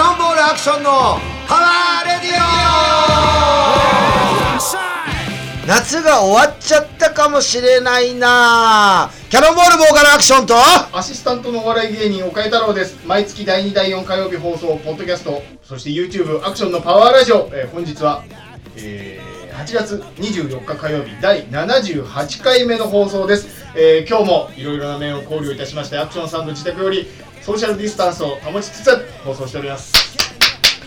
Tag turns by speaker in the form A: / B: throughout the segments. A: ションのパワーレディオ夏が終わっちゃったかもしれないなキャノンボールボーカルアクションと
B: アシスタントのお笑い芸人岡井太郎です毎月第2第4火曜日放送ポッドキャストそして YouTube アクションのパワーラジオ、えー本日は、えー8月24日火曜日第78回目の放送です、えー今日もいろいろな面を考慮いたしましてアクションさんの自宅よりソーシャルディスタンスを保ちつつ放送しております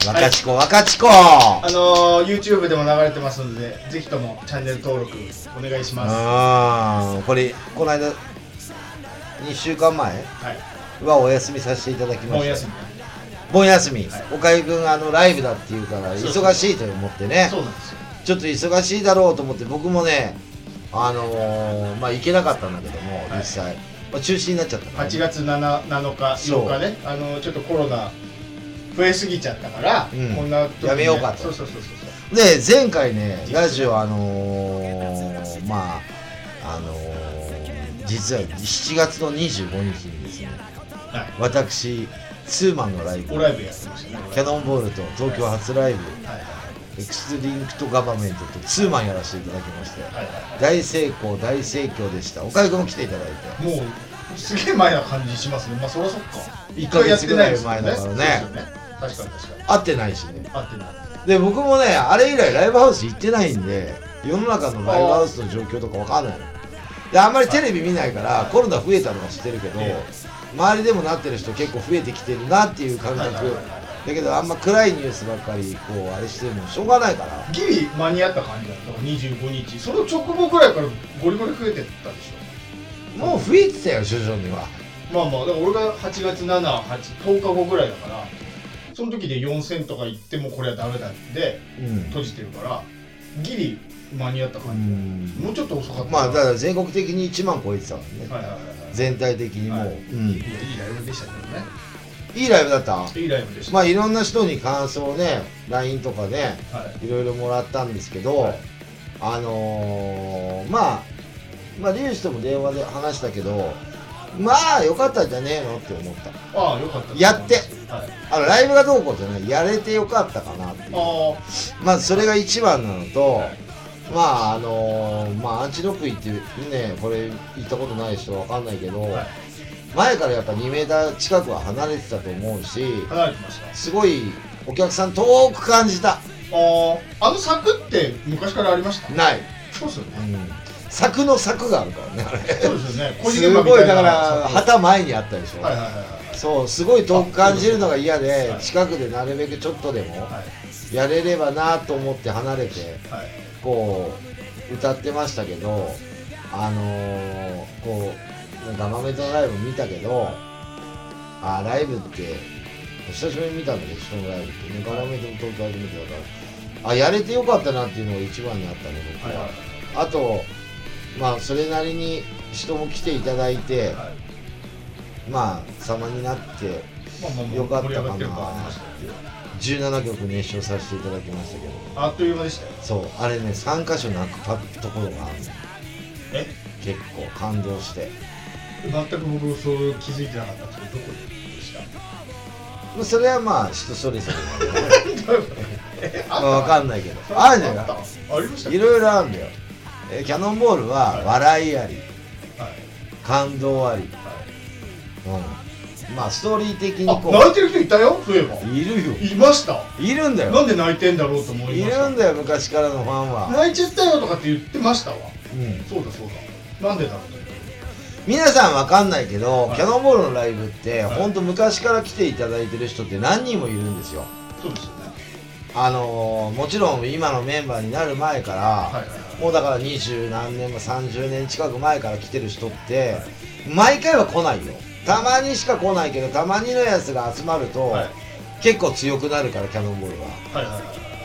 A: 若ちこ若ちこ
B: あのー、YouTube でも流れてますのでぜひともチャンネル登録お願いします
A: うんこれこの間2週間前
B: はい
A: はお休みさせていただきま
B: もう
A: した
B: 休み
A: 盆休み、
B: はい
A: おかゆくんあのライブだっていうから
B: そうそう
A: 忙しいと思ってね
B: そうなんですよ
A: ちょっと忙しいだろうと思って僕もねあのー、まあ行けなかったんだけども
B: はい
A: 実際、まあ、中止になっちゃったからね
B: 8月 7, 7日
A: そう
B: 8日ねあのちょっとコロナ増えすぎちゃったから、
A: うん
B: こんな時にね
A: やめようかと
B: そうそうそうそう
A: で前回ねラジオあのー、まああのー、実は7月の25日にですね
B: はい
A: 私ツーマンのライブ
B: おライブやってましたね
A: キャノンボールと東京初ライブ
B: はいはい
A: エクスリンクとガバメントとツーマンやらせていただきまして
B: はいは
A: 大成功大盛況でしたおかゆくんも来ていただいて
B: いもうすげえ前な感じしますねまあそりゃそっか
A: 一
B: 一
A: ヶ
B: 回やっ
A: 月
B: て
A: ぐら
B: な
A: い
B: いですよ
A: 前
B: ね
A: だからね
B: そうですよね確かに確かに
A: 会ってないしね
B: あってない
A: で僕もねあれ以来ライブハウス行ってないんで世の中のライブハウスの状況とかわかんないのであんまりテレビ見ないからコロナ増えたのは知ってるけど
B: え
A: 周りでもなってる人結構増えてきてるなっていう感
B: はいはい
A: 覚
B: はいはい
A: だけどあんま暗いニュースばっかりこうあれしてるのもしょうがないから
B: ギリ間に合った感じだったから25日その直後ぐらいからゴリゴリ増えてったでし
A: もう増えてたよ徐々には
B: ょまあまあだから俺が8月780日後ぐらいだからその時で4000とか行ってもこれはダメだって
A: うん
B: 閉じてるからギリ間に合った感じ
A: うん
B: もうちょっと遅かった
A: まあだ
B: は
A: から全国的に1万超えてたからね
B: いはいはいはい
A: 全体的にもう、
B: はい
A: うん
B: いやいいライブでしたけどね
A: いいライブだった
B: いいライブでした、
A: まあいろんな人に感想をね LINE とかね
B: はい
A: いろいろもらったんですけど、
B: はい
A: あのーまあまあリュウジとも電話で話したけどまあよかったんじゃねえのって思った
B: ああよかった
A: やって
B: はい、
A: あのライブがどうこうじゃないやれてよかったかなっていう
B: あ
A: まあそれが一番なのと、
B: はい
A: まああのーまあアンチドック行ってねこれ行ったことない人わかんないけど、
B: あはい
A: 前からやっぱ2メーター近くは離れてたと思うし
B: 離れてましたあ
A: すごいお客さん遠く感じた
B: ああの柵って昔からありました
A: ない、
B: そうですよね
A: うん、柵の柵があるからねあれ
B: そうですよね
A: すごいだから
B: は
A: 旗前にあったでしょ、
B: はいはいはいはい
A: そうすごい遠く感じるのが嫌で
B: はい
A: 近くでなるべくちょっとでも
B: はい
A: やれればなと思って離れて
B: はい
A: こう歌ってましたけどあのー、こうガマメントのライブ見たけどあーライブって久しぶりに見たんだけど人のライブってねガマメントの東京初めてだからあやれてよかったなっていうのが一番にあったね僕
B: はい
A: は、
B: は
A: あとまあそれなりに人も来ていただいて、
B: いはい
A: まあ様になって
B: まあまあまあ
A: よかった
B: 盛り上がってる感ありましたよ
A: 17曲熱唱させていただきましたけど
B: あっという間でしたよ
A: そうあれね3箇所泣くパッところがあるの
B: え
A: 結構感動して
B: 全く僕そう気づいてなかったんですけどどこでした
A: まあそれはまあ人それぞれなんで
B: え
A: ま
B: あ
A: あ
B: った
A: わかんないけどあるじゃ
B: あっ
A: な
B: たありました
A: いいろいろあるんだよえキャノンボール
B: は
A: はい笑いあり
B: はい
A: 感動あり、
B: はい
A: うん、まあストーリー的に
B: あ
A: こ
B: 泣いてる人いたよそういえば
A: ういるよ
B: いました
A: いるんだ
B: な
A: よ
B: んで泣いてんだろうと思い
A: い
B: まし
A: る
B: た
A: んだよ昔からのファンは、
B: 泣いちゃったよとかって言ってましたわ
A: うん、
B: そうだそうだなんでだろう
A: 皆さんわかんないけど、
B: はい
A: キャノンボールのライブって、
B: はい
A: ほんと昔から来ていただいてる人って何人もいるんですよ
B: そうですよね
A: あのーもちろん今のメンバーになる前から、
B: はいはいはい
A: もうだから二十何年も30年近く前から来てる人って、毎回は来ないよたまにしか来ないけどたまにのやつが集まると、
B: はい
A: 結構強くなるからキャノンボールは
B: はいはいは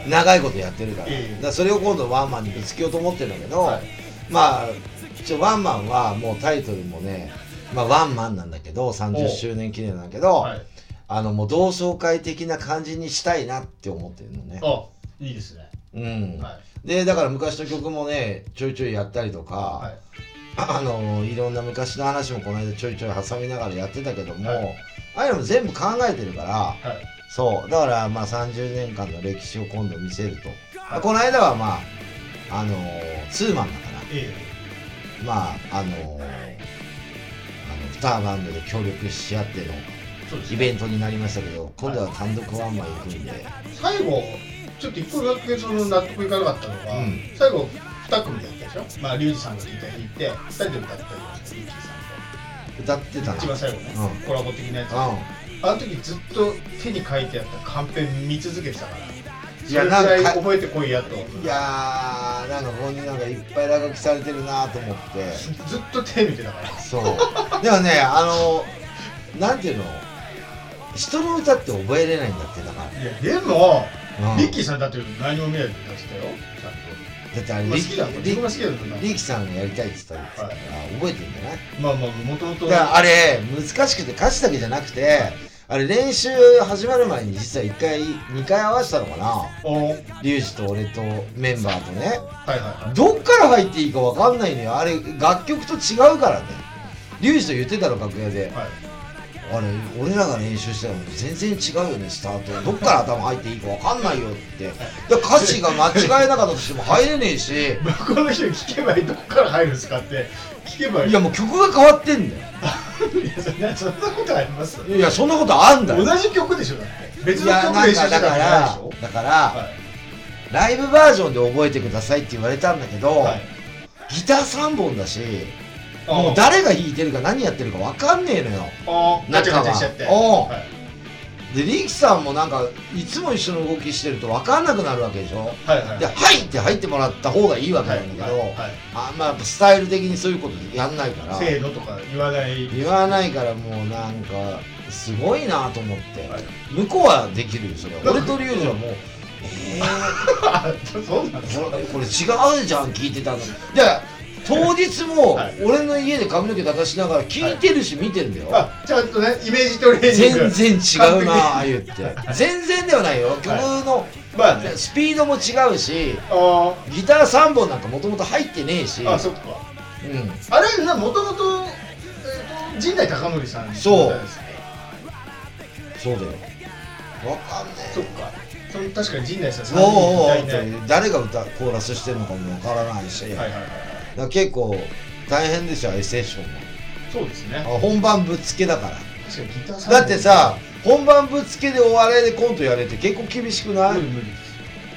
B: い
A: 長いことやってるから,、
B: ええ
A: だからそれを今度ワンマンにぶつけようと思ってるんだけど、
B: はい
A: まあ一応ワンマンはもうタイトルもね、まあ、ワンマンなんだけど30周年記念なんだけど、
B: はい
A: あのもう同窓会的な感じにしたいなって思ってるのね、
B: あいいですね
A: うん
B: は
A: でだから昔の曲もねちょいちょいやったりとか、
B: いは
A: あ
B: い
A: のいろんな昔の話もこの間ちょいちょい挟みながらやってたけども、
B: はい
A: ああいうのも全部考えてるから
B: はい
A: そう。だから、まあ、30年間の歴史を今度見せると。まあこの間は、まあ、あのーツーマンだから、
B: え
A: まあ、あのーあの、二バンドで協力し合っての
B: えそうです
A: イ
B: ね
A: ベントになりましたけど、今度は単独ワンマン行くんで、
B: 最後ちょっと一個だけその納得いかなかったのが、
A: うん
B: 最後2組でやったでしょまあリュウジさんがギター弾いて2人で歌ったりましたリュウジさ
A: 歌ってた
B: ん
A: な。
B: と一番最後ね、
A: う
B: コラボ的なやつ、
A: う
B: あの時ずっと手に書いてあったカンペ見続けてたから
A: い
B: そ
A: や
B: れぐらい
A: なんか
B: 覚えてこいやと
A: ん。いやー、なんかここになんかいっぱい落書きされてるなと思って。
B: ずっと手見てたから
A: そう。でもね、あのなんていうの人の歌って覚えれないんだって、だから。
B: いやでも、
A: うん
B: リッキーさんだって何も見ないで歌ってたよちゃんと
A: だってあれ、
B: まあ
A: リ
B: 好きだもん自分が好きだもんな
A: リキさんがやりたいって言ったから、
B: はい
A: 覚えてんじゃない
B: まあまあもともと
A: だからあれ、難しくて歌詞だけじゃなくて、あれ練習始まる前に実は1回、2回合わせたのかな
B: おはい
A: リュウジと俺とメンバーとね。
B: はいは
A: どっから入っていいかわかんないのよ。あれ、楽曲と違うからね。リュウジと言ってたの、楽屋で
B: い。はい
A: あれ俺らが練習してたのと全然違うよねスタートどっから頭入っていいか分かんないよってで歌詞が間違えなかったとしても入れねえし
B: 向こうの人に聞けばいいどこから入るんですかって聞けばいい
A: いやもう曲が変わってんだよ
B: いやそんなそんなことあります
A: いやそんなことあんだよ
B: 同じ曲でしょだって別
A: い
B: の
A: や
B: 曲
A: な
B: 練
A: ん
B: 習し
A: か
B: てた
A: だ
B: わ
A: か
B: けないで
A: ら
B: しょ
A: だからライブバージョンで覚えてくださいって言われたんだけど、
B: はい
A: ギター3本だし
B: あ
A: もう誰が弾いてるか何やってるか分かんねえのよ
B: あガチャガチャしちゃって
A: 中はおう
B: はい
A: でリキさんもなんかいつも一緒の動きしてると分かんなくなるわけでしょ
B: はいはい
A: で「はい!」って入ってもらった方がいいわけな
B: はい
A: んだけど、
B: はい
A: あんまあやっぱスタイル的にそういうことやんないから
B: せーのとか言わない
A: 言わないからもうなんかすごいなと思って、
B: はい
A: 向こうはできるよそれは俺と龍二はもうえ
B: あそうなんです
A: ー、
B: か
A: これこれ違うじゃん聞いてたので当日も
B: はい
A: 俺の家で髪の毛出しながら聞いてるし見てるんだよ、
B: あちゃんとねイメージトレーニング
A: 全然違うなああ言って全然ではないよ曲の
B: まあね
A: スピードも違うし
B: あ
A: ギター3本なんかもともと入ってねえし
B: ーあそっか
A: うん、
B: あれなもともと陣内孝則さん
A: そう
B: ですね
A: そうだよわかんねえ
B: そっかその確かに陣内さん
A: おうおうおう
B: 三
A: っ
B: 人いない
A: て誰が歌コーラスしてるのかもわからないし、
B: はいはいはいはい
A: だから結構大変ですよああいうセッション
B: そうですね
A: はあ本番ぶっつけだから
B: 確かにギターさん
A: だってさ本番ぶっつけでお笑いでコントやれって結構厳しくない、
B: 無理無理です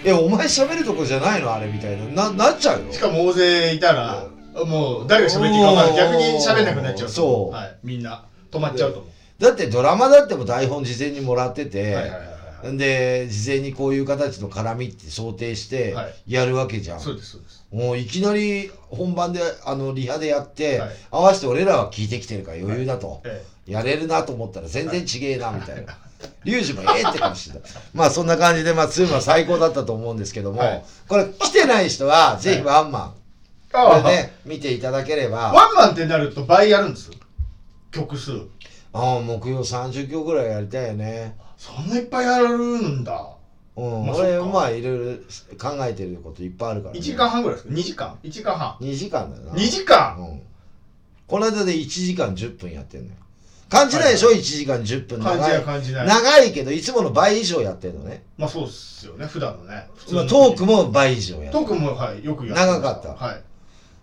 A: えお前喋るとこじゃないのあれみたいなななっちゃうよ
B: しかも大勢いたらもう誰が喋っていいか分からない逆に喋んなくなっちゃうと
A: そう
B: はい、みんな止まっちゃうと思
A: だってドラマだっても台本事前にもらって
B: う、
A: て、
B: はいはいはいは
A: んで事前にこういう形の絡みって想定して
B: はい
A: やるわけじゃん、
B: いそうですそうです
A: もういきなり本番であのリハでやって、
B: はい
A: 合わせて俺らは聞いてきてるから余裕だと、
B: え
A: やれるなと思ったら全然ちげえなみたいな。リュウジもええってかもしれない。まあそんな感じで、まあ、ツーマン最高だったと思うんですけども、
B: はい
A: これ来てない人は、ぜひワンマ
B: えああ
A: ン、これね、見ていただければ、
B: ワンマンってなると倍やるんです曲数
A: ああ、木曜30曲ぐらいやりたいよね。
B: そんないっぱいやるんだ
A: うん、
B: まあ
A: 俺、
B: そっか
A: まあいろいろ考えてることいっぱいあるから、ね。
B: 1時間半ぐらいですか2時間1時間半
A: ?2 時間だよな。
B: 2時間
A: うん。この間で1時間10分やってんのよ。感じないでしょ、1時間10分。
B: 感じない
A: 長い。
B: 感じない
A: 長いけど、いつもの倍以上やってんのね。
B: まあそうっすよね普段のね普
A: まあ、
B: の
A: トークも倍以上や
B: ト
A: る
B: ークもはいよくや
A: 長かった
B: はい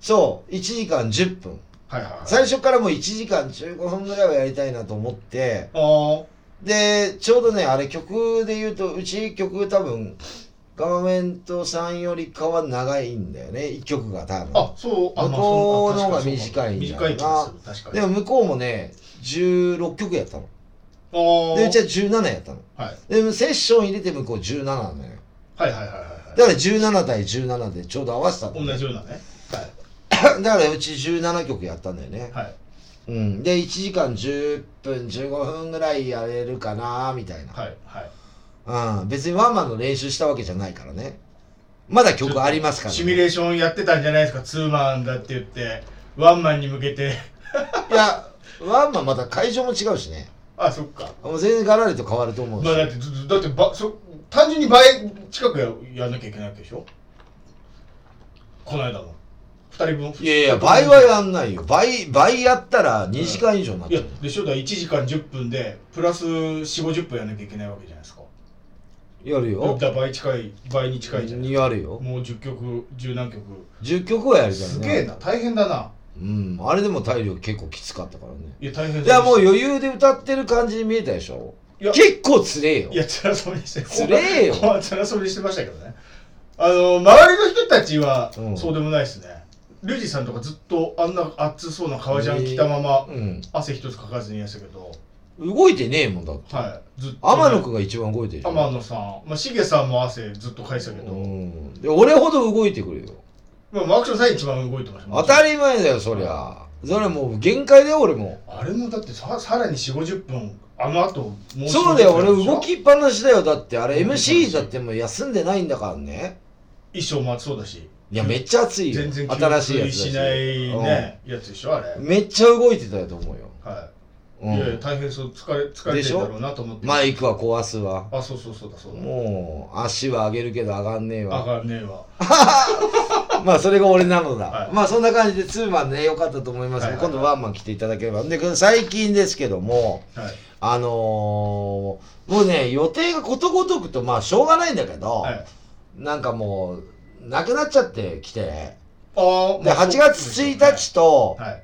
A: そう1時間10分
B: はいはいはい
A: 最初からもう1時間15分ぐらいはやりたいなと思って
B: あー
A: でちょうどねあれ曲で言うとうち曲多分ガバメントさんよりかは長いんだよね1曲が多分
B: あそうあ
A: 向こうの方が
B: まあそうか
A: 短いんじゃ
B: 短
A: ないい
B: 気
A: か
B: が
A: な
B: する確かに
A: でも向こうもね16曲やったの
B: あー
A: でうちは17やったの
B: はい
A: でセッション入れて向こう17なのよ
B: はいはいはいはい
A: だから17対17でちょうど合わせたの、
B: 同じようなねは い
A: だからうち17曲やったんだよね
B: はい
A: うん、で1時間10分15分ぐらいやれるかなみたいな、
B: はいはい
A: うん、別にワンマンの練習したわけじゃないからねまだ曲ありますから、ね、
B: シミュレーションやってたんじゃないですかツーマンだって言ってワンマンに向けて
A: いやワンマンまた会場も違うしね
B: あそっか
A: もう全然ガラリと変わると思うし、
B: まあだってずずだってばそ単純に倍近くややんなきゃいけないわけでしょこの間の2人分
A: いやいや倍はやんないよ倍倍やったら2時間以上になっ
B: い
A: ちゃ
B: や
A: う、
B: でしょだ1時間10分でプラス4 5 0分やんなきゃいけないわけじゃないですか
A: やるよ
B: だ倍近い倍に近いじゃん
A: にやるよ
B: もう10曲十何曲
A: 10曲はやるからね
B: すげえな大変だな
A: うんあれでも体力結構きつかったからね
B: いや大変
A: いやもう
B: よ
A: 余裕で歌ってる感じに見えたでしょ
B: いや
A: 結構つれえよ
B: いや辛そうにして
A: つれえよ
B: 辛そうにしてましたけどねあの周りの人たちは
A: うん
B: そうでもないですね、リュウジさんとかずっとあんな熱そうな革ジャン着たまま
A: うん
B: 汗一つかかずにやってたけど
A: 動いてねえもんだって
B: はいずっとね、
A: 天野くんが一番動いてるよ
B: 天野さんまあシゲさんも汗ずっとかいてたけど、
A: うんで俺ほど動いてくるよ
B: まあ、マクションさん一番動いてましたもん
A: 当たり前だよそりゃそれもう限界だよ俺も
B: あれもだってささらに4 5 0分あの後もう
A: そうだよ俺
B: 40分
A: 動きっぱなしだよだってあれ
B: うん
A: MC だってもう休んでないんだからね
B: 衣装もそうだし
A: いやめっちゃ暑いよ
B: 全然
A: 新しいやつだ
B: しないね、やつでしょあれ、
A: うんめっちゃ動いてたよと思うよ
B: は
A: う
B: い、いやいや
A: ん
B: 大変そう疲れ疲れてるんだろうなと思って
A: マイクは壊すわ
B: あそうそうそうだそうだ
A: もう足は上げるけど上がんねえ
B: あ
A: わ
B: がんねえわ
A: まあそれが俺なのだ、
B: はい
A: まあそんな感じでツーマンね良かったと思います、
B: はいはいはい
A: 今度ワンマン来ていただければで最近ですけども
B: はい
A: あのー、もうね予定がことごとくとまあしょうがないんだけど、
B: はい
A: なんかもうなくなっちゃってきて
B: あー
A: で
B: まあ
A: 8月1日と
B: はい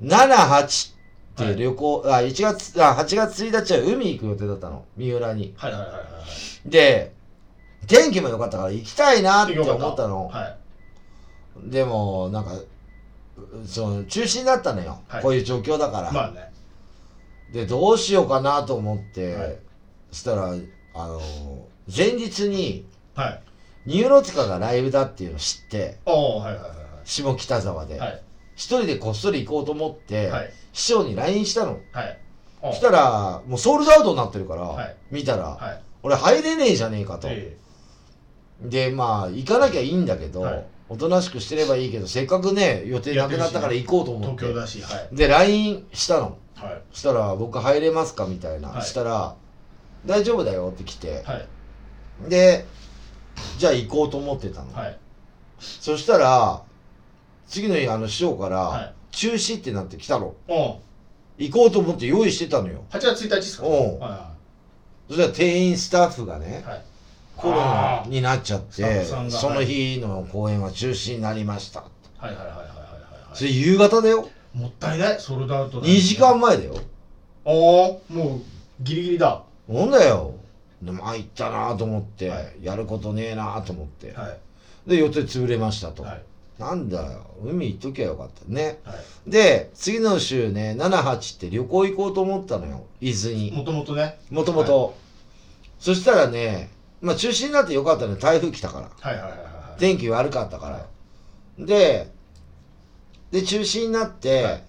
A: 78って旅行、あ1月あ8月1日は海行く予定だったの三浦に
B: はいはいはいはいはい
A: で天気も良かったから行きたいなって思ったの
B: はい
A: でもなんかうその中止になったのよ、
B: はい
A: こういう状況だから、
B: まあね
A: でどうしようかなと思って、
B: はい
A: そしたらあの前日に
B: はい
A: ニューロティカがライブだっていうのを知って
B: ああはいはいは
A: 下北沢で、
B: いはい
A: 一人でこっそり行こうと思って、
B: はいはい
A: 市長に LINE したの
B: はい
A: そしたらもうソールドアウトになってるから、
B: はい
A: 見たら、
B: はい
A: 俺入れねえじゃねえかと、
B: え
A: でまあ行かなきゃいいんだけど、
B: はい
A: おとなしくしてればいいけどせっかくね予定なくなったから行こうと
B: え
A: 思っ
B: 東
A: て
B: 京だしはい
A: で LINE したの
B: はい
A: そしたら「僕入れますか?」みたいな、
B: はい
A: したら「大丈夫だよ」って来て、
B: はい
A: でじゃあ行こうと思ってたの、
B: はい
A: そしたら次の日あの師匠から、
B: はい
A: 中止ってなって来たの
B: うん
A: 行こうと思って用意してたのよ
B: 8月1日ですか
A: おう
B: は
A: そしたら店員スタッフが
B: い
A: ね
B: はい
A: コロナになっちゃっ
B: あー
A: て
B: スタッフさんが
A: その日の公演は中止になりました
B: はいはいはいはいはいはい
A: それ夕方だよ
B: もったいないソールドアウトだ
A: 2時間前だよ
B: ああもうギリギリだは
A: なんだよでもあ行ったなと思って、
B: はい
A: やることねえなと思って、
B: いはい
A: で予定潰れましたと、
B: はい
A: なんだよ海行っときゃよかったね
B: は
A: で次の週ね78って旅行行こうと思ったのよ伊豆に
B: いもともとね
A: もともとそしたらねまあ中止になってよかったね台風来たから
B: はいはいはいはい
A: 天気悪かったからでで中止になって、
B: はい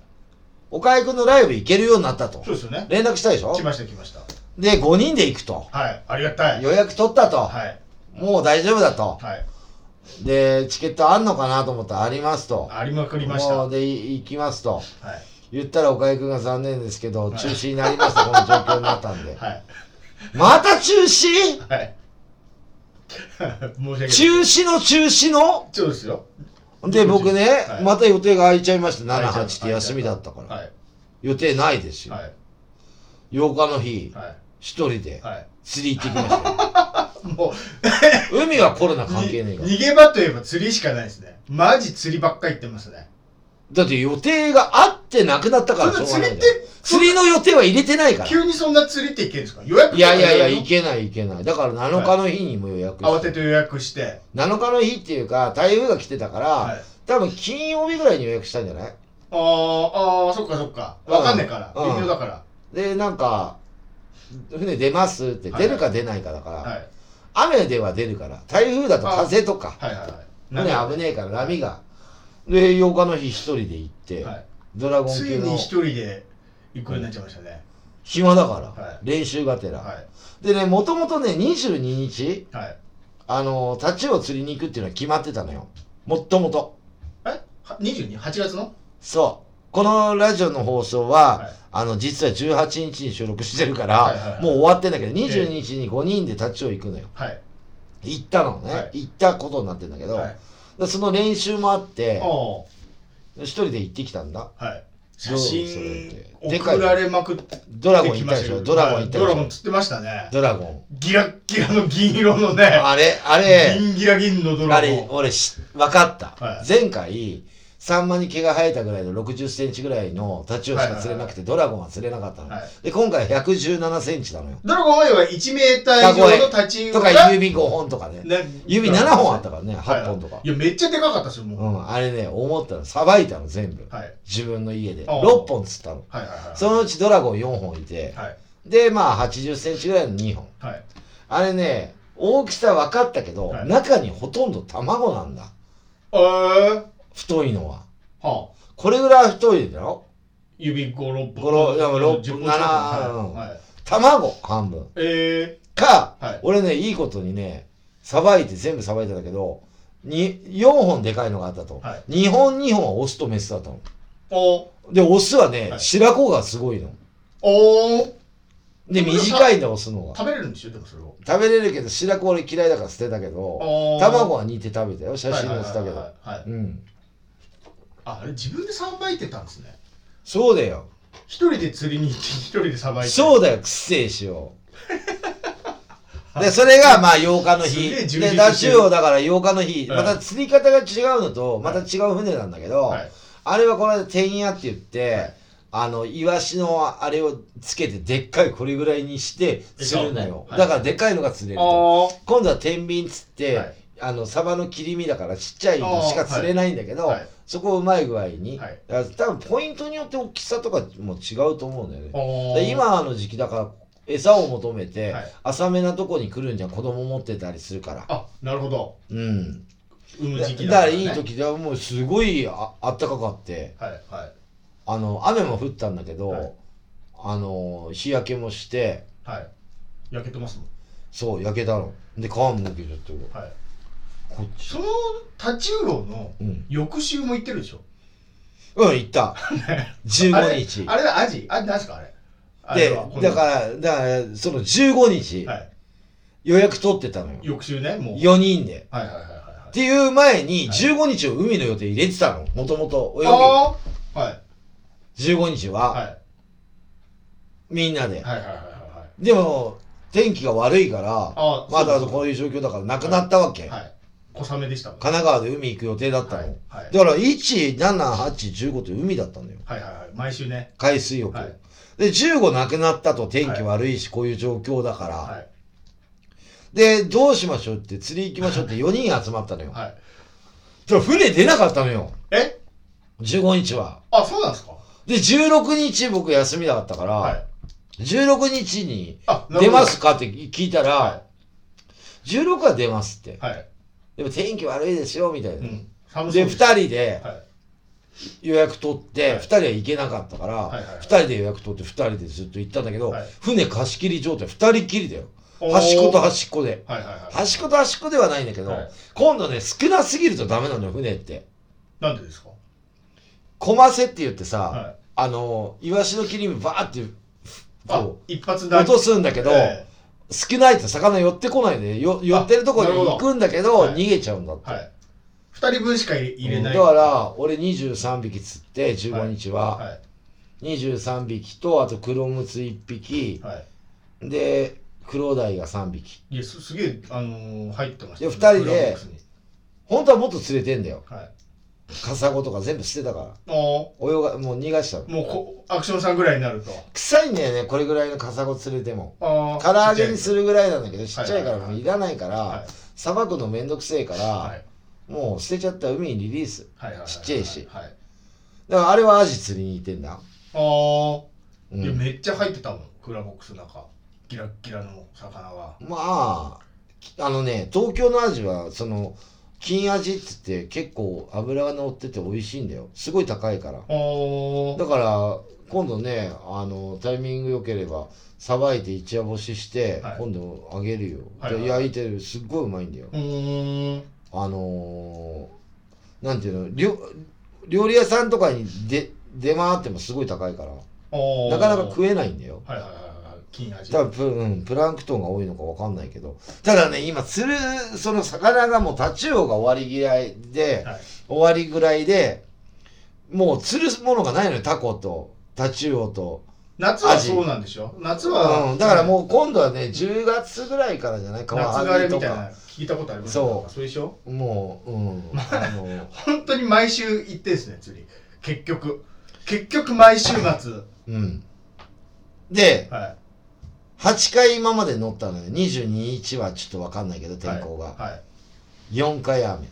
A: 岡井くんのライブ行けるようになったと
B: そうですよね
A: 連絡したでしょ
B: 来ました来ました
A: で5人で行くと
B: はいありがたい
A: 予約取ったと、
B: はい
A: もう大丈夫だと。
B: はい
A: で、チケットあんのかなと思ったらありますと。
B: ありまくりました
A: も
B: は
A: う
B: い
A: で、い行きますと。言ったら岡井くんが残念ですけど、中止になりま した、この状況になったんで。
B: はい
A: また中止
B: はい申し訳ない
A: 中止の中止の
B: そうですよ
A: で、僕ね、
B: はい
A: また予定が空いちゃいました。7、
B: はい
A: 8って休みだったから。
B: はい
A: 予定ないですよ。
B: はい
A: 8日の日、
B: は
A: 一人で
B: いはい
A: 釣り行ってきました よ。
B: もう
A: 海はコロナ関係ねえから。
B: に逃げ場といえば釣りしかないですねマジ釣りばっかり行ってますね
A: だって予定があってなくなったからしょうがないんだ
B: それ釣り
A: よ釣り
B: って。
A: の予定は入れてないから。
B: 急にそんな釣りって行けるんですか予約
A: いやいやいや、い
B: 行
A: けないいけない。だから7日の日にも予約して、
B: 慌てて予約して
A: 7日の日っていうか、台風が来てたから、
B: はい
A: 多分金曜日ぐらいに予約したんじゃない
B: あーあーそっかそっかわかんねえから
A: うん
B: 微妙だから
A: で、なんか、船出ますって、
B: はい
A: 出るか出ないかだから、
B: はい
A: 雨では出るから、台風だと風とか、
B: はいはいはい
A: 船危ねえから波が。で、8日の日一人で行って、
B: はい
A: ドラゴン
B: つい
A: 級
B: に
A: の
B: 一人で行くようになっちゃいましたね
A: 暇だから、
B: はい
A: 練習がてら。
B: は
A: でね、もともとね、22日、
B: いはい
A: あの、太刀を釣りに行くっていうのは決まってたのよ。もっともと。
B: え二十二八月の
A: そう。このラジオの放送は、
B: はい
A: あの、実は18日に収録してるから、
B: はいはいはい
A: もう終わってんだけど、22日に5人で立ちを行くのよ。
B: はい
A: 行ったのね。
B: はい
A: 行ったことになってんだけど、
B: はい
A: でその練習もあって
B: あ、あは
A: 一人で行ってきたんだ。
B: い写
A: どうそれ
B: 真
A: ってでかい
B: 送られまくって
A: ドラゴンいたでしょドラゴンいたで
B: ドラゴン
A: しょ
B: 釣ってましたね
A: ドラゴン。
B: ギラッギラの銀色のね
A: あれ、あれ、
B: 銀ギラ銀のド
A: あ
B: ラゴ
A: れ
B: ン、
A: 俺し、わかった
B: はい。
A: 前回、サンマに毛が生えたぐらいの60センチぐらいのタチウオしか釣れなくて、ドラゴンは釣れなかったの
B: はい。
A: で、今回117センチなのよ。
B: ドラゴンは要は1メーター以上の立ち
A: とか指5本とかね。指7本あったからね、8本とか
B: い。やめっちゃでかかったですよもう、
A: う
B: はい
A: ん、あれね、思ったの。さばいたの、全部。
B: はい
A: 自分の家で。
B: ああ
A: 6本釣ったの。
B: はいはい
A: そのうちドラゴン4本いて、
B: はい
A: で、まあ80センチぐらいの2本。
B: はい
A: あれね、大きさ分かったけど、
B: はい
A: 中にほとんど卵なんだ。
B: えー、
A: 太いのは。
B: はあ
A: これぐらい太いだろ
B: 指五六本
A: 五六いやもう六
B: 10
A: 本
B: 本近く
A: 七うん
B: はいはい、
A: 卵半分。
B: え
A: か、
B: はい
A: 俺ね、いいことにね、さばいて全部さばいたんだけど、に、4本でかいのがあったと。
B: は
A: 2本2本はオスとメスだったの。
B: ー、お
A: で、オスはね、
B: はい
A: 白子がすごいの。
B: おー
A: で、短いんだ、オスのが。
B: 食べれるんでしょでもそれを
A: 食べれるけど、白子俺嫌いだから捨てたけど、
B: おー
A: 卵は煮て食べたよ、写真載せたけ
B: は
A: ど。
B: いはいはいはいはい
A: うん。
B: ああれ自分でさばいてたんですね
A: そうだよ。
B: 一人で釣りに行って一人でさばいて
A: そうだよ、くっせえしよう。で、それが、まあ、8日の
B: すげえ
A: 日。
B: 充実してる
A: で、ダチウオだから8日の日。
B: うん
A: また釣り方が違うのと、また違う船なんだけど、
B: はい
A: あれはこの間、天屋って言って、あの、イワシのあれをつけて、でっかいこれぐらいにして釣るのよ。
B: はい
A: だから、でっかいのが釣れると。
B: あー
A: 今度は天秤釣って、
B: はい
A: あの、サバの切り身だからちっちゃいのしか釣れないんだけど、
B: はい
A: そこをうまい具合に。
B: はい
A: だから多分ポイントによって大きさとかも違うと思うんだよね。
B: あー
A: で今の時期だから餌を求めて
B: はい
A: 浅めなとこに来るんじゃん子供持ってたりするから
B: あなるほど
A: うん
B: 産む
A: だ
B: 時期
A: だから
B: ね
A: いい時ではもうすごいああったかかって
B: はいはい
A: あの雨も降ったんだけど、
B: はい
A: あの日焼けもして
B: はい焼けてますもん
A: そう焼けたので皮も抜けちゃってこ
B: はい
A: っち
B: そのタチウオの
A: うん、
B: 翌週も行ってるでしょ
A: うん、行 った
B: あ
A: 15
B: れ
A: 日
B: あれだアジあれ何すかあれあれ
A: で
B: はこれ
A: だからだからその15日、
B: はい
A: 予約取ってたのよ
B: 翌週ねもう
A: 4人で
B: はいはいはいはいは
A: っ
B: い
A: ていう前に
B: はい
A: 15日を海の予定入れてたのもともと泳ぎ
B: あーはい
A: 15日は、
B: はい
A: みんなで。
B: はいはいはいはいはい
A: でも、天気が悪いから、
B: あ
A: まだ
B: そ
A: こ
B: う
A: ういう状況だからなくなったわけ。
B: です
A: 神
B: はい小雨でしたもん
A: 奈川で海行く予定だった
B: はい
A: の。
B: はい
A: だから、1、7、8、15って海だったんだよ。
B: はいはいはい毎週ね
A: 海水浴。
B: はい
A: で、15なくなったと天気悪いし、こういう状況だから、
B: はい
A: で、どうしましょうって、釣り行きましょうって4人集まったのよ。
B: はい
A: だから船出なかったのよ。
B: え
A: 15日は。
B: あそうなんですか
A: で、16日僕休みだったから、
B: はい
A: 16日に
B: あな
A: 出
B: るほど
A: ますかって聞いたら、
B: は
A: 16は出ますって。
B: はい
A: でも天気悪いですよ、みたいな。
B: うん寒そ
A: で、
B: う
A: 2
B: は
A: 人で
B: い
A: 予約取って、
B: はい
A: 2人は行けなかったから、
B: はいはいはい
A: 2人で予約取って、2人でずっと行ったんだけど、
B: はい
A: 船貸し切り状態、2人きりだよ。
B: おー
A: 端っこと端っこで。
B: はいはいはい
A: 端っこと端っこではないんだけど、
B: はい
A: 今度ね、少なすぎるとダメなのよ、船って。
B: なんでですか
A: こませって言ってさ、
B: はい
A: あの、イワシの切り身バーって、ふ
B: あ
A: こ
B: 一発
A: う、
B: だ
A: 落とすんだけど、
B: え
A: 少ないと魚寄ってこないで、よ寄ってるとこに
B: あなるほど
A: 行くんだけど、
B: はい
A: 逃げちゃうんだって。
B: えはい二人分しか入れない
A: うんだから俺23匹釣って15日は、
B: は
A: 23匹とあと黒ムツ1
B: い
A: 匹
B: はい
A: で黒鯛が3匹
B: いやすすげえあのー入ってました
A: いや二人で
B: クラブボックスに
A: 本当はもっと釣れてんだよ
B: はい
A: カサゴとか全部捨てたか
B: あー
A: ら泳がもう逃がしたの
B: もうこアクションさんぐらいになると
A: 臭いんだよねこれぐらいのカサゴ釣れても
B: あ
A: 唐揚げにす
B: る
A: るぐらいなんだけどちっちゃいから
B: はいはいはい
A: もういらないか
B: は
A: らさばくのめんどくせえか
B: いは
A: ら
B: い
A: もう捨てちゃったら海にリリース
B: はいはい
A: ちっちゃいし
B: はい
A: だからあれはアジ釣りに行ってんだ
B: あー
A: う
B: いや
A: ん
B: めっちゃ入ってたもんクラボックスの中ギラッギラの魚が
A: まあ、あのね、東京のアジは、その、金アジっつって結構脂が乗ってて美味しいんだよ。すごい高いから。
B: あー
A: だから、今度ね、あの、タイミング良ければ、さばいて一夜干しして、
B: はい
A: 今度あげるよ。
B: はいはい
A: で焼いてる、すっごいうまいんだよ。
B: うーん
A: あのーなんていうの、料料理屋さんとかに出、出回ってもすごい高いから、
B: あー
A: なかなか食えないんだよ。
B: はいはいはいはい金味
A: 多分プ,、うん、プランクトンが多いのかわかんないけどただね今釣るその魚がもうタチウオが終わり嫌いで
B: はい
A: 終わりぐらいでもう釣るものがないのよ、タコと、タチウオと。
B: 夏はそうなんでしょ夏は、
A: うん、だからもう今度はね、10月ぐらいからじゃないか、
B: 夏枯れみたいな聞いたことあります
A: そう
B: それでしょ
A: もう、うん。あの、
B: 本当に毎週行ってですね釣り結局結局毎週末
A: うん。で、
B: は
A: 8回今まで乗ったのよ。22日はちょっとわかんないけど、
B: い
A: 天候が。
B: はい、はい、
A: 4回雨。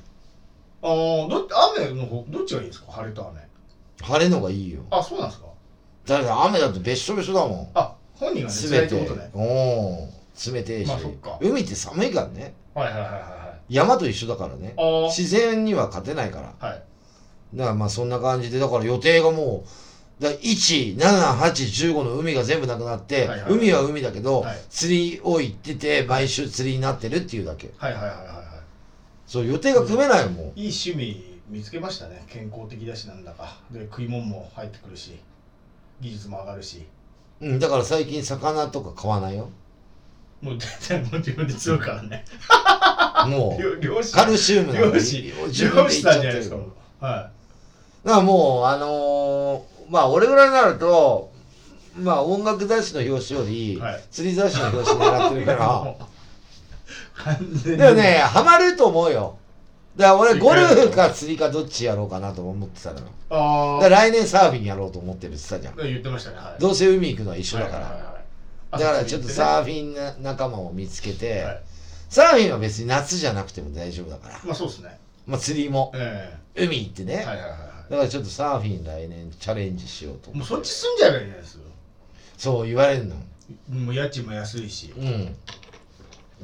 B: あーど雨の方どっちがいいんですか晴れと雨
A: 晴れのがいいよ。
B: あそうなんですか
A: だって雨だとべっしょべしょだもん。
B: あ本人がね
A: す
B: 辛い
A: べ。
B: っててことね
A: おー冷てえし、
B: まあそっか
A: 海って寒いからね。
B: はいはいはいはい
A: 山と一緒だからね。
B: はい
A: 自然には勝てないから。
B: あーはい
A: だからまあそんな感じで、だから予定がもう、だから1、7、8、15の海が全部なくなって、
B: はいはい
A: 海は海だけど、
B: はい
A: 釣りを行ってて、毎週釣りになってるっていうだけ。
B: はいはいはいはいは
A: そう、予定が組めないもん。
B: いいい趣味見つけましたね健康的だしなんだかで食い物も入ってくるし技術も上がるし
A: うん、だから最近魚とか買わないよ。
B: もう全然もう自分で釣るからね
A: もう、
B: 漁漁師
A: カルシウムなんか
B: 漁師
A: 自分で
B: 漁師
A: 行っ
B: さ
A: ちゃっ
B: んじゃない
A: て
B: で
A: る
B: す
A: か。
B: からは
A: だからもう、あのーまあ、俺ぐらいになると、まあ、音楽雑誌の表紙より、
B: はい
A: 釣り雑誌の表紙狙って
B: い
A: る か
B: 完全
A: ら。
B: に
A: でもね、ハマると思うよ。だから俺、ゴルフか釣りかどっちやろうかなと思ってたのよ。
B: あ
A: だから
B: あ
A: 来年サーフィンやろうと思ってるって言ってたじゃ
B: 言ってましたねはい
A: ん。どうせ海行くのは一緒だか
B: はいはい
A: ら。
B: はいはい
A: だからちょっとサーフィンな仲間を見つけて、
B: はい
A: サーフィンは別に夏じゃなくても大丈夫だから。
B: まあそうですね
A: まあ、釣りも、
B: え
A: 海行ってね。
B: えはいはいはいは
A: だからちょっとサーフィン来年チャレンジしようと
B: いも
A: 思
B: う
A: って
B: そっち住んじゃえばいいんですよ
A: そう言われるの
B: もう家賃も安いし
A: う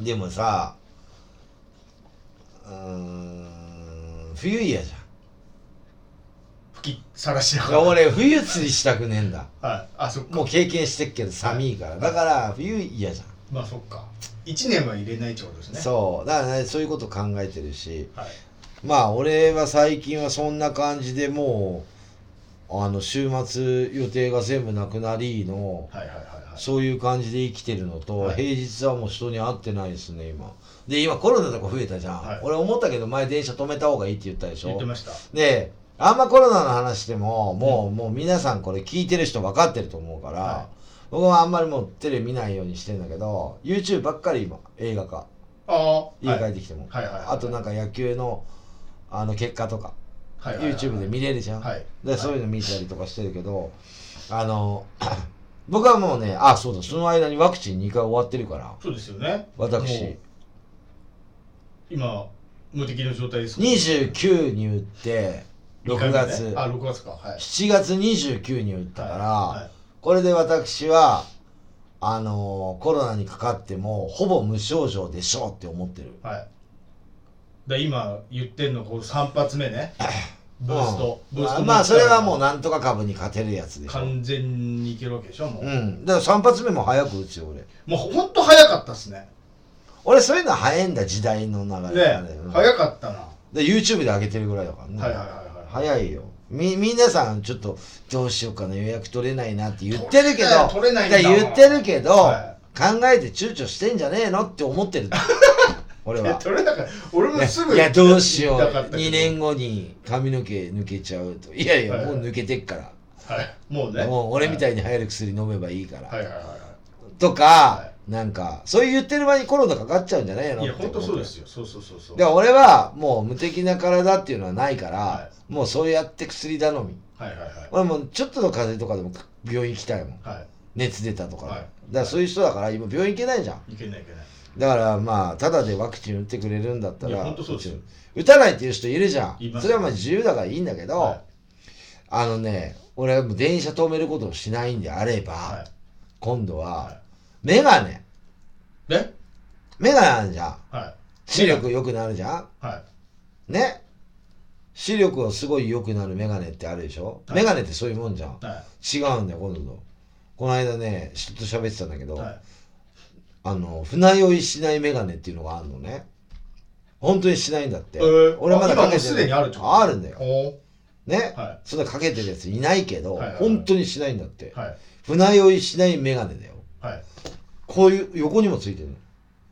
A: んでもさうーん冬嫌じ
B: 吹きさらしな
A: ゃん
B: が
A: いや
B: ら
A: 俺冬釣りしたくねえんだ
B: はいあそっか
A: もう経験してっけど寒いからだから冬嫌じゃん
B: まあそっか1年は入れないってことですね
A: そうだからねそういうこと考えてるし
B: はい
A: まあ俺は最近はそんな感じでもうあの週末予定が全部なくなりの
B: はいはいはいはい
A: そういう感じで生きてるのと、
B: はい
A: 平日はもう人に会ってないですね、今。で、今コロナとか増えたじゃん。
B: はい
A: 俺思ったけど、前電車止めた方がいいって言ったでし
B: 言っ
A: ょ
B: て。ました
A: で、あんまコロナの話でも、もう、もう皆さんこれ聞いてる人分かってると思うから、
B: はい
A: 僕はあんまりもうテレビ見ないようにしてんだけど、YouTube ばっかり今、映画化。
B: ああは
A: 家帰ってきても。
B: はいはいはい
A: あとなんか野球の、あの結果とか、
B: はいはいはい
A: YouTube で見れるじゃん。
B: はい
A: でそういうの見たりとかしてるけど、あの 僕はもうねあそうだその間にワクチン2回終わってるから
B: そうですよねも
A: 私
B: う今無敵の状態ですから
A: 29に打って
B: 二
A: 6
B: 回目
A: 月、
B: ねあ6月かはい
A: 7月29に打ったから、
B: はい
A: これで私はあのコロナにかかってもほぼ無症状でしょうって思ってる
B: はい。で今言ってんのこう三発目ね。ブースト。
A: うん
B: ブースト
A: まあまあそれはもう
B: う
A: なんとか株に勝てるやつでしょ
B: 完全にいけるわけでしょもう。
A: うんだから3発目も早く打つよ俺
B: もう本当早かったっすね。
A: 俺そういうのは早いんだ時代の流
B: ね
A: れだねうん
B: 早かったな。
A: で YouTube で上げてるぐらいだからね、
B: はいはいはいはい。
A: 早いよみ皆さんちょっとどうしようかな予約取れないなって言ってるけど
B: 取れない
A: だから言ってるけど、
B: は
A: 考えて躊躇してんじゃねえのって思ってる 俺
B: え
A: は
B: 取れなかった。俺もすぐ。
A: いやどうしよう
B: 行きたかったけど
A: 2。年後に髪の毛抜けちゃうといやいや
B: はい
A: もう抜けてっから、
B: はい。もうね。
A: もう俺みた
B: い。
A: いに流行る薬飲めばいいから、
B: はいはいはい
A: とか、
B: は
A: なんかそういう言ってる間にコロナかかっちゃうんじゃないの
B: はい。いや
A: って思
B: 本
A: って
B: 当そうですよ。そうそうそうそう。
A: で俺はもう無敵な体っていうのはないから、
B: は
A: もうそうやって薬頼み
B: はいはいはい。
A: 俺もうちょっとの風邪とかでも病院行きたいもん
B: は
A: 熱出たとかで、
B: はい
A: だからそういう人だから今病院行けないじゃん
B: い。いけないいけない。
A: だからまあただでワクチン打ってくれるんだった
B: いや
A: ら
B: 本当そうですよ
A: 打たないっていう人いるじゃん
B: います
A: それはまあ自由だからいいんだけど、
B: はい
A: あのね俺はもう電車止めることをしないんであれば、
B: はい。
A: 今度
B: は
A: はいメガネ
B: で。
A: メガネあるじゃん
B: は
A: 視力良くなるじゃん
B: い。はい。
A: ね視力をすごい良くなるメガネってあるでしょ、
B: はい
A: メガネってそういうもんじゃん
B: は
A: 違うんだよ今度この間ね人と喋ってたんだけ
B: い。
A: ど、
B: はい。
A: あの船酔いしないメガネっていうのがあるのね本当にしないんだって、
B: えー
A: 俺まだ
B: あ今
A: か
B: も
A: け
B: う
A: て
B: す
A: ない
B: でにあるってこと
A: あるんだよ
B: お
A: ね、
B: は
A: そんなかけてるやついないけど、
B: はいはいはい
A: 本当にしないんだって、
B: ーはい。
A: 船酔いしないメガネだよ
B: はい。
A: こういう横にもついてるの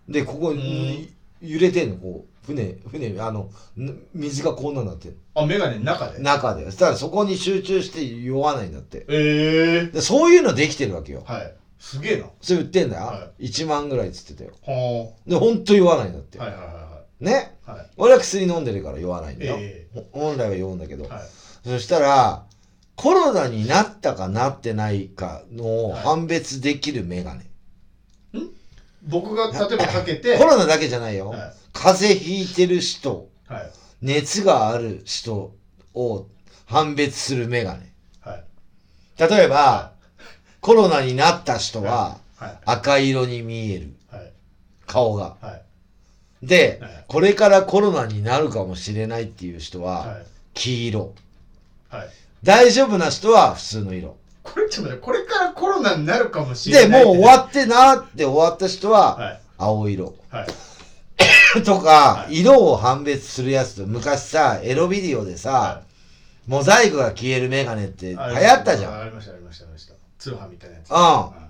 A: でここ
B: うん
A: 揺れてんのこう船、船、あの、ん水がこんなんなってる
B: あ、メガネの中で。
A: 中で。そしたらそこに集中して酔わないんだって。
B: ええ
A: でそういうのできてるわけよ。
B: はい。すげえな。は
A: それ売ってんだよ。
B: は
A: 1万ぐらいっつってたよ。
B: あ。は
A: で、ほんと酔わないんだって。
B: いはいは
A: ね
B: いはい。はい。
A: 俺は薬飲んでるから酔わないんだよ。
B: え
A: ほ本来は酔うんだけど。
B: えはい。
A: そしたら、コロナになったかなってないかの
B: はい
A: 判別できるメガネ。
B: 僕が例えばかけて、
A: コロナだけじゃないよ。
B: はい
A: 風邪ひいてる人、
B: はい。
A: 熱がある人を判別するメガネ。
B: はい。
A: 例えば、コロナになった人は
B: はい。
A: 赤色に見える、
B: はい。
A: 顔が。
B: はい。
A: で
B: はい、
A: これからコロナになるかもしれないっていう人は
B: はい。
A: 黄色。
B: はい。
A: 大丈夫な人は普通の色。
B: これちょっと待って、これからコロナになるかもし
A: で、
B: れない。
A: もう終わってなーって終わった人は
B: はい。
A: 青色。
B: はい。
A: とか
B: は、い
A: 色を判別するやつと、昔さ、エロビデオでさ、モザイクが消えるメガネって流行ったじゃん。うん。
B: ありました、ありました、ありました。通販みたいなや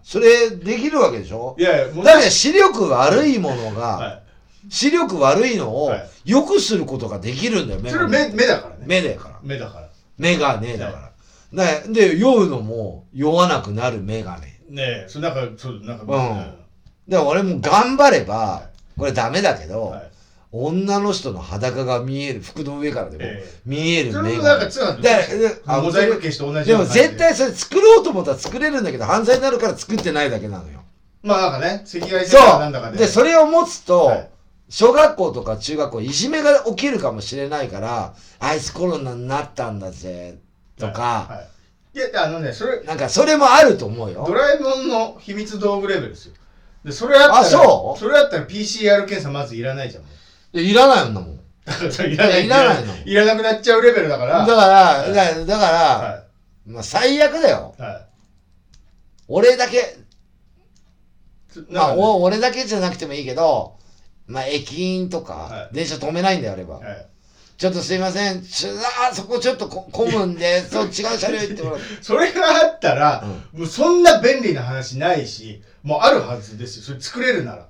B: つ。
A: それできるわけでしょ
B: いやいや、もう、
A: だから視力悪いものが、
B: は
A: 視力悪いのを
B: はい
A: 良くすることができるんだよ、
B: い。
A: メ
B: それ
A: ガネ。
B: 目、目だからね。
A: 目だから。
B: 目だから。
A: メガネだから。ねで、酔うのも酔わなくなるメガネ。
B: ねえ、それなんか、そう、なんか、
A: うんで、俺も頑張れば、これダメだけど、
B: はい
A: 女の人の裸が見える、服の上からでも
B: ええ
A: 見える
B: それ
A: メ
B: も
A: ガ
B: なん
A: ネ
B: か。通販
A: だからであ
B: モザイク消しと同じ
A: で
B: よう
A: も
B: な感じ
A: 絶対それ作ろうと思ったら作れるんだけど犯罪になるから作ってないだけなのよ。
B: まあなんかね、赤外線かなんだか
A: そう
B: で。
A: でそれを持つと、
B: はい
A: 小学校とか中学校いじめが起きるかもしれないからあいつコロナになったんだぜとか、
B: はいはい。いや、あのね、それ、
A: なんかそれもあると思う
B: ド
A: よ。
B: ラえもんの秘密道具レベルですよ。で、それやったら、
A: あそう
B: れやったら PCR 検査まずいらないじゃん。もう
A: いやいらないんだもん。
B: だからそれいらない。
A: いやいらないの
B: いらなくなっちゃうレベルだか
A: だ
B: ら。
A: から、だだから、
B: は
A: まあ最悪だよ。
B: い。は
A: 俺だけ、
B: い。なんかね
A: まあ、お俺だけじゃなくてもいいけど、まあ駅員とか、
B: は
A: 電車止めないんだよ、あれば。
B: はい
A: ちょっとすいません、ちょあーそこちょっとこ混むん で、そう違う車両行ってもらって。
B: それがあったら、もうそんな便利な話ないし、もうあるはずですよ。それ作れるなら。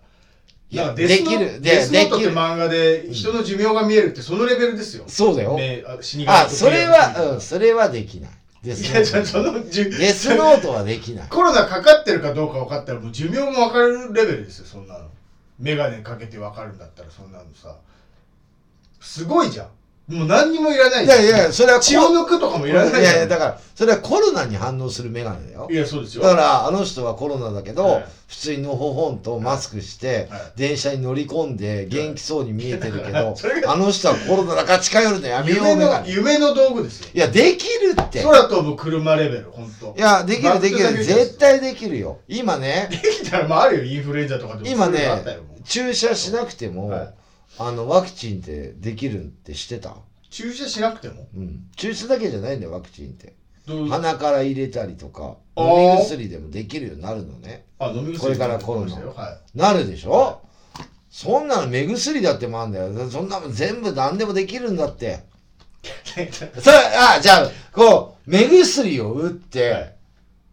A: いや
B: なんかデスノ
A: できるで
B: デスノート
A: で
B: って
A: きる
B: 漫画で人の寿命が見えるってそのレベルですよ。
A: そうだよ。
B: ねあ死神
A: あ、
B: と
A: それは、うん、それはできない。デス
B: い
A: ノ
B: や、
A: ー
B: じゃあ
A: ト。
B: そのじゅ
A: デスノートはできない。
B: コロナかかってるかどうか分かったら、もう寿命も分かるレベルですよ、そんなの。メガネかけて分かるんだったら、そんなのさ。すごいじゃん。もう何にもいらない
A: い
B: じゃん
A: やいや、それは
B: 血を抜くとかもい
A: い
B: ら
A: や
B: ない
A: い
B: じゃん。
A: や、だから、それはコロナに反応するメガネだよ
B: い。や、そうですよ。
A: だから、あの人はコロナだけど、
B: はい
A: 普通にのほほんとマスクして、
B: はい
A: 電車に乗り込んで元気そうに見えてるけど、
B: それが
A: あの人はコロナだから近寄るのやめよう
B: 夢
A: メガ
B: の、
A: ネ。い
B: 夢の道具ですよ。
A: や、できるって。い
B: 空飛ぶ車レベル、ほんと。
A: や、できるでき
B: バックト
A: る。
B: ゥザフューチャー
A: 絶対できるよ。今ね、
B: できたら、まああるよ、インフルエンザとかでも。
A: 今ね
B: そういうのあったよもう
A: 注射しなくても、
B: はい
A: あのワクチンってできるって知ってた、
B: 注射しなくても。
A: うん、注射だけじゃないんだよワクチンって
B: どう
A: 鼻から入れたりとか
B: あ
A: 飲
B: ー
A: み薬でもできるようになるのね
B: あ、飲み薬
A: これからコロナ
B: 飲み薬ですよはい。
A: なるでしょそんなの目薬だってもあんだよそんなもん全部何でもできるんだってそれあじゃあこう目薬を打って、
B: はい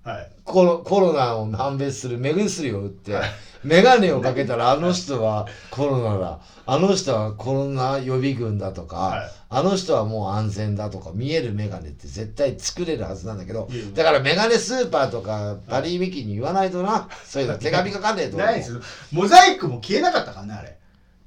B: はい。
A: コロコロナを判別する目薬を打って
B: はい、
A: メガネをかけたら、あの人はコロナだ、あの人はコロナ予備軍だと
B: は
A: か
B: い、
A: あの人はもう安全だとか、見えるメガネって絶対作れるはずなんだけど
B: いやいや、
A: だからメガネスーパーとか、バリー・ミキに言わないとな、そういうの手紙書かねえと。
B: ないですよ。モザイクも消えなかったかな、あれ。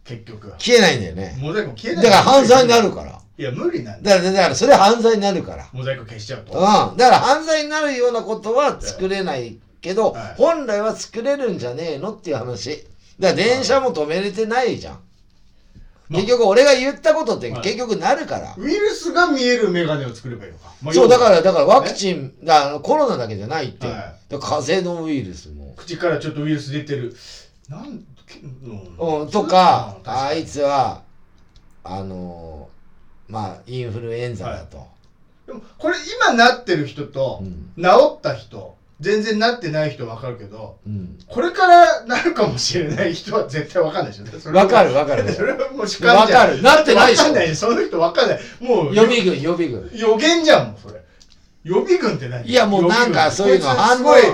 B: 結局。
A: 消えないんだよね。
B: モザイクも消え
A: だ
B: ない。
A: から犯罪になるから。
B: いや、無理なんだ。
A: だから、だからそれ犯罪になるから。
B: モザイク消しちゃうと。
A: うん。だから犯罪になるようなことは作れないけど、
B: はい
A: 本来は作れるんじゃねえのっていう話。だから電車も止めれてないじゃん。
B: まあ
A: 結局俺が言ったことって
B: はい
A: 結局なるから。
B: ウイルスが見えるメガネを作ればいいのか。まあ
A: そう、
B: 要は
A: だから、だからワクチン、だからコロナだけじゃないって。
B: はい
A: だから風邪のウイルスも。
B: 口からちょっとウイルス出てる。なん、けうん
A: うん、とか、
B: 確
A: あ
B: に
A: いつは、あのーまあ、インフルエンザだと。
B: でもこれ今なってる人と
A: うん
B: 治った人、全然なってない人分かるけど
A: うん。
B: これからなるかもしれない人は絶対分かんないでしょそれは
A: わかるわかる
B: それはもう主
A: わ
B: 観じゃ
A: か
B: ん
A: る。なってないでし
B: 分か
A: ょ
B: ん。ないその人分かんないもう
A: 予備軍、予備軍。
B: 予言じゃんもうそれ予備軍って何
A: いやもうなんかそういうの
B: こいつす
A: 反応
B: ごい遊ん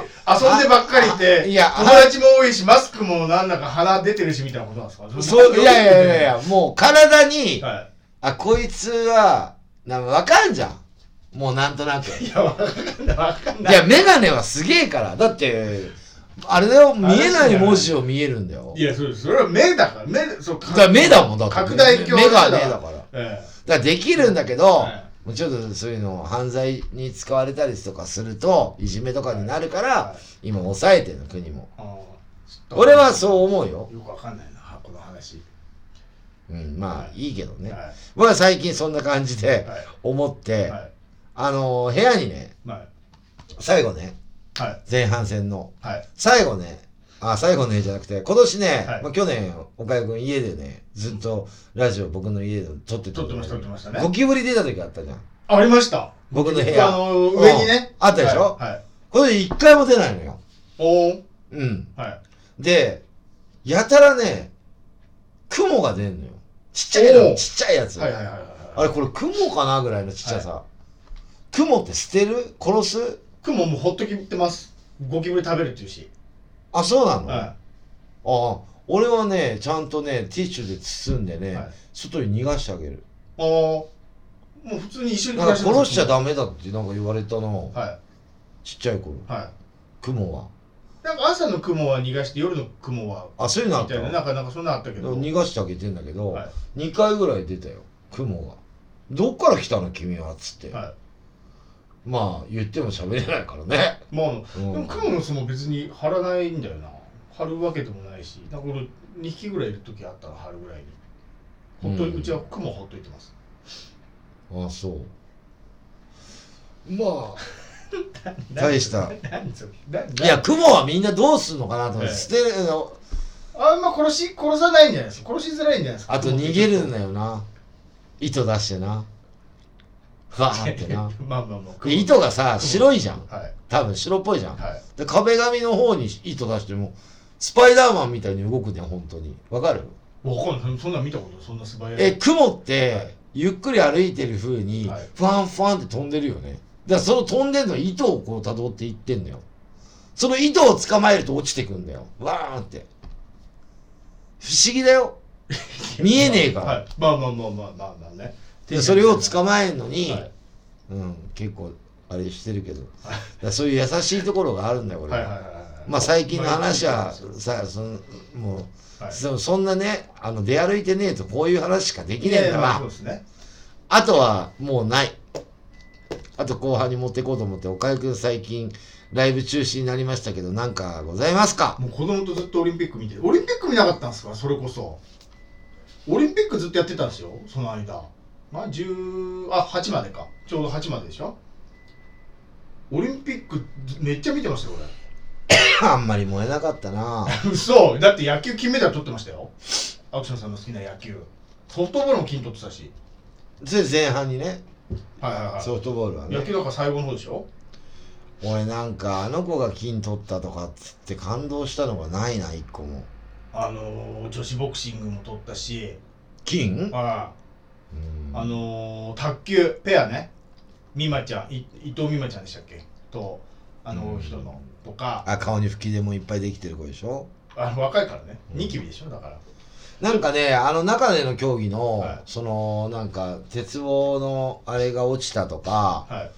B: でばっかりいて
A: あいや
B: 友達も多いしマスクもなんだか鼻出てるしみたいなことなんですか
A: そう、いやいやいやい
B: や
A: や、もう体に、
B: は
A: あ、こいつは、なんかわかんじゃん。もうなんと なく。
B: い、いやわかんないわかんない
A: いや、メガネはすげえから。だって、あれだよ、見えない文字を見えるんだよ
B: い。やそれそれは目だから目そう
A: だから目だもんだって。
B: 拡大鏡
A: 目がねだから。
B: だ
A: だか
B: え
A: らできるんだけど、
B: はい
A: もうちょっとそういうのを犯罪に使われたりとかすると、いじめとかになるから、
B: は
A: 今抑えてるの、国も。
B: えあー
A: 俺はそう思うよ。
B: よくわかんないなこの話
A: うん、まあ、いいけどね。
B: は
A: 僕は最近そんな感じ
B: い
A: で
B: はい
A: 思って、
B: はい
A: あのー部屋にね、
B: ま
A: 最後ね、
B: あはい
A: 前半戦の、
B: はい
A: 最後ね、あ、最後ね、じゃなくて、今年ね、
B: はい
A: まあ、去年、岡井くん家でね、ずっとラジオ僕の家で撮ってた
B: 撮
A: ん
B: ってま
A: だ
B: し
A: けど
B: た撮ってましたね
A: ゴキブリ出た時あったじゃん。
B: ありました
A: 僕の部屋。
B: あの上にね
A: うんあったでしょ、
B: はいはい
A: これ一回も出ないのよ。
B: おーん
A: うん。
B: はい
A: で、やたらね、雲が出んのよ。ちっちゃい
B: お
A: の、
B: う
A: ちっちゃいやつ。
B: はいはいはいはい
A: あれこれ雲かなぐらいのちっちゃさ。雲って捨てる殺す
B: クモもほっときってますゴキブリ食べるっていうし
A: あ、そうなの、あ
B: は
A: あ、俺はね、ちゃんとね、ティッシュで包んで
B: い
A: ね、
B: はい
A: 外に逃がしてあげる。
B: ああもう普通に一緒に
A: なんか殺しちゃ
B: だ
A: ダメだってなんか言われたの、
B: は
A: ちっちゃい頃、
B: いは
A: 雲は。
B: いなんか朝の雲は逃がして夜の雲は
A: あ、そういうのあ
B: み
A: ったた
B: いな
A: の
B: なんかなんかそんなのあったけど
A: 逃がしてあげてんだけど、
B: はい
A: 二2回ぐらい出たよ、雲が。どっから来たの君はっつって。
B: は
A: まあ、言っても喋れないからね。
B: いまあ
A: うん
B: でも雲の巣も別に張らないんだよな張るわけでもないしなんか俺2匹ぐらいいる時あったら張るぐらいにほっとい、う
A: うん
B: うちは雲ほっといてます
A: あそう まあ大した
B: 何それ何
A: いや雲はみんなどうすんのかなと思っ
B: え
A: て
B: え
A: 捨てるの
B: あんま殺し殺さないんじゃないですか殺しづらいんじゃないですか
A: あと逃げるん
B: ね
A: だよな糸出してなふわーってな
B: まあまあまあ
A: で糸がさ白いじゃん
B: はい
A: 多分白っぽいじゃん
B: はい
A: で壁紙の方に糸出してもスパイダーマンみたいに動くね本当にわかる
B: わかんないそんなん見たことそんな素早い
A: え雲っ
B: はい
A: てゆっくり歩いてる風に
B: はい
A: ファンファンって飛んでるよねだからその飛んでんの糸をこう辿っていってんのよその糸を捕まえると落ちてくんだよわーんって不思議だ よ見えねえから
B: はい、まあまあまあまあまあまあね
A: でそれを
B: う
A: 捕まえるのに、
B: はい
A: うん結構あれしてるけどだからそういう優しいところがあるんだよ俺は、
B: はいはいはいはい
A: まあ最近の話は
B: はい
A: さそのもう
B: はい
A: そそんなねあの出歩いてねえとこういう話しかできねえんだ
B: まあ
A: わ
B: そうですね
A: あとはもうない。あと後半に持ってこうと思って、岡井くん最近ライブ中止になりましたけど、なんかございますか
B: もう子供とずっとオリンピック見てオリンピック見なかったんですかそれこそオリンピックずっとやってたんですよその間まあ10あ8までかちょうど8まででしょオリンピックずめっちゃ見てましたよ
A: あんまり燃えなかったな
B: 俺 嘘だって野球金メダル取ってましたよアクションさんの好きな野球ソフトボールも金取ってたし
A: それ前半にね、
B: はいはいはい
A: ソフトボールは
B: 野
A: ね。
B: 球なんか最後の方でしょ
A: 俺なんかあの子が金取ったとかっつって感動したのがないな、一個も。
B: あのー、女子ボクシングも取ったし、
A: 金
B: あ
A: うん
B: あのー、卓球ペアね美誠ちゃんい伊藤美誠ちゃんでしたっけとあの
A: うん
B: 人のとか
A: あ、顔に吹き出もいっぱいできてる子でしょ
B: あの若いからね
A: うん
B: ニキビでしょだから
A: なんかね、あの中での競技の、
B: はい
A: そのなんか鉄棒のあれが落ちたとか、
B: はい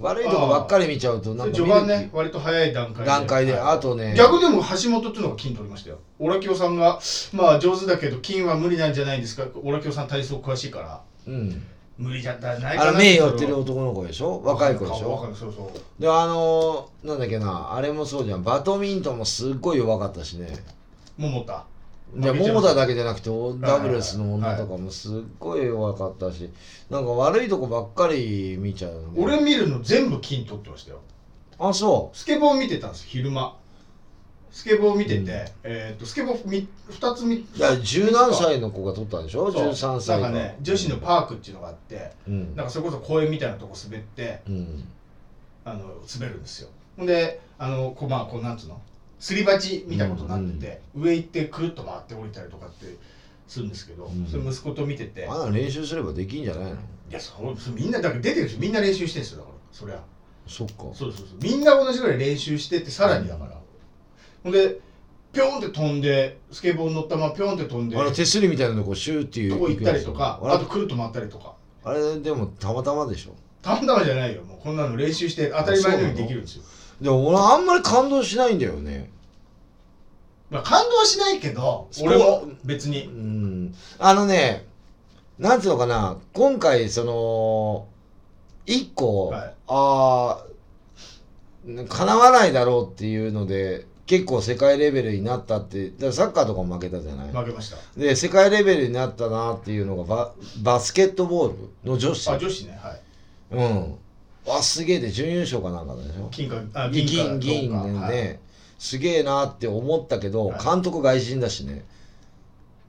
A: 悪いとこばっかり見ちゃうと
B: そ
A: な
B: れ
A: んか
B: 序
A: 見る
B: 盤ね割と早い段階で
A: 段階で、
B: は
A: あと
B: い
A: ね、
B: 逆でも橋本っていうのが金取りましたよオラキオさんがまあ上手だけど金は無理なんじゃないですかオラキオさん体操詳しいから
A: うん、
B: 無理じゃないかな
A: あの名誉ってる男の子でしょ若い子でし
B: 若
A: ょ
B: いそうそう
A: であのーなんだっけなあれもそうじゃんバドミントンもすっごい弱かったしね
B: 桃田
A: で
B: 負けちゃう
A: 桃田だけじゃなくてダブルスの女とかもすっごい弱かったしなんか悪いとこばっかり見ちゃうね
B: 俺見るの全部金取ってましたよ
A: あそ
B: スケボー見てたんです昼間スケボー見てて、
A: うん
B: えーっとスケボーみ2つみ
A: ういや十何
B: そう
A: 歳の子が取ったんでしょ
B: そう
A: 13歳
B: なんかね女子のパークっていうのがあって
A: うん
B: なんかそれこそ公園みたいなとこ滑って
A: うん
B: あの滑るんですよほんであのこうまあこうなんつうのすり鉢みたいなことになってて、上行ってくるっと回って降りたりとかってするんですけど、
A: うん
B: それ息子と見てて、
A: あんなの練習すればできんじゃないの
B: いやそうそれみんなだから出てるしみんな練習してるんですよだからそりゃ
A: そっか
B: そうそうそうみんな同じぐらい練習してってさらにだから、ほんでピョンって飛んでスケボーに乗ったままピョンって飛んで
A: あの手すりみたいなのこうシューっていう
B: とこ行ったりとかあ
A: あ
B: とくるっと回ったりとか
A: れあれでもたまたまでしょ
B: たまたまじゃないよもうこんなの練習して当たり前のようにできるんですよ
A: でも俺あんまり感動しないんだよね
B: まあ感動はしないけど
A: そう
B: 俺も別
A: う
B: に
A: んあのねなんつうのかな今回その一個、
B: はい
A: ああかなわないだろうっていうので結構世界レベルになったってだからサッカーとかも負けたじゃない、
B: 負けました
A: で世界レベルになったなっていうのがババスケットボールの女子
B: あ女子ねはい
A: うんわすげえで準優勝かなんかでしょ
B: 金かあ
A: 銀
B: か
A: 銀銀
B: 銅
A: でね、
B: かはい
A: すげえなって思ったけど
B: はい
A: 監督外人だしね、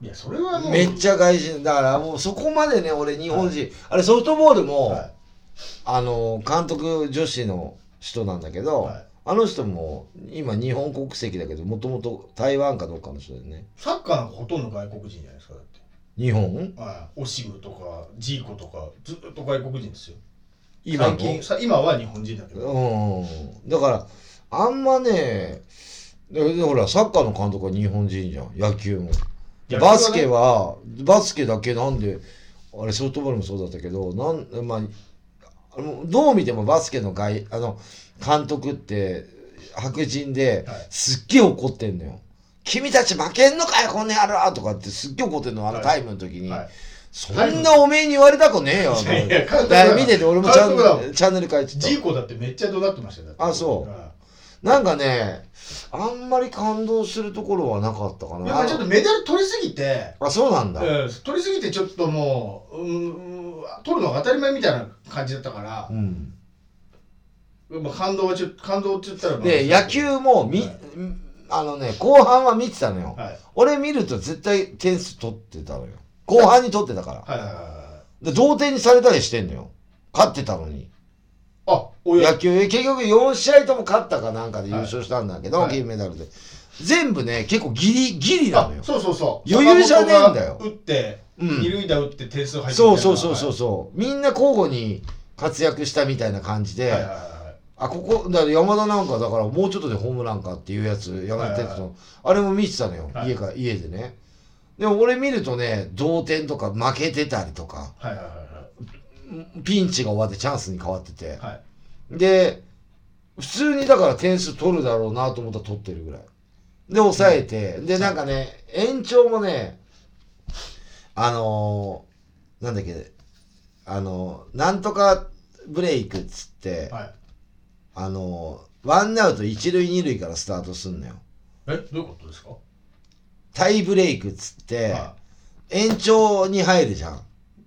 B: いやそれはもう
A: めっちゃ外人だからもうそこまでね俺日本人、あれソフトボールも、
B: は
A: あの監督女子の人なんだけど、
B: はい
A: あの人も今日本国籍だけどもともと台湾かどっかの人だよね
B: い、サッカーなんかほとんど外国人じゃないですかだって
A: 日本
B: はいオシムとかジーコとかずっと外国人ですよ
A: 今の
B: 最近さ今は日本人だけど
A: うんだからあんまねだけどほらサッカーの監督は日本人じゃん野球も
B: 野球はね
A: バスケはバスケだけなんであれソフトボールもそうだったけどなんまああのどう見てもバスケの外あの監督って白人で
B: はい
A: すっげえ怒ってんのよ。君たち負けんのかよこの野郎とかってすっげえ怒ってんのあの
B: はい
A: タイムの時に、
B: はい
A: そんなおめえに言われたくねえよ
B: いやいや監督だ
A: だから見てて俺もチャ
B: 監督だも
A: ンチャンネル変えちゃった
B: ジーコだってめっちゃ怒鳴ってましたよだって
A: あそう
B: は
A: なんかね、あんまり感動するところはなかったか
B: い
A: な。
B: やっぱちょっとメダル取りすぎて
A: あ、そうなんだ。
B: うん取りすぎてちょっともう、うんうん、取るのが当たり前みたいな感じだったから
A: う、ん。
B: まあ、感動はちょっと感動って言ったらまあ
A: で、野球もみ、
B: はい
A: あのね、後半は見てたのよ。
B: はい
A: 俺見ると絶対点数取ってたのよ。後半に取ってたから。
B: はいはいはいはい
A: で同点にされたりしてんのよ。勝ってたのに。
B: あおや
A: 野球、結局4試合とも勝ったかなんかで優勝したんだけど、
B: はい
A: 銀メダルで。全部ね、結構ギリ、ギリな
B: あ
A: のよ。
B: そうそうそう
A: 余裕じゃねえんだよ
B: 坂本が打って
A: うん
B: 二塁打打って点数入って
A: そうそうそうそう
B: う
A: そう。みんな交互に活躍したみたいな感じで。
B: はいはいはいはい
A: あここだから山田なんかだからもうちょっとでホームランかっていうやつ山田哲
B: はいはい
A: 人
B: は
A: のあれも見てたのよ、
B: はい
A: 家か家でねでも俺見るとね同点とか負けてたりとか
B: はいはいはい
A: ピンチが終わってチャンスに変わってて
B: はいはい
A: で普通にだから点数取るだろうなと思ったら取ってるぐらいで抑えて、でなんかね延長もねあのーなんだっけあのーなんとかブレイクっつって、
B: はい
A: あの、ワンアウト一塁二塁からスタートすんのよ。
B: えどういうことですか
A: タイブレイクっつって、
B: は
A: 延長に入るじゃん。
B: い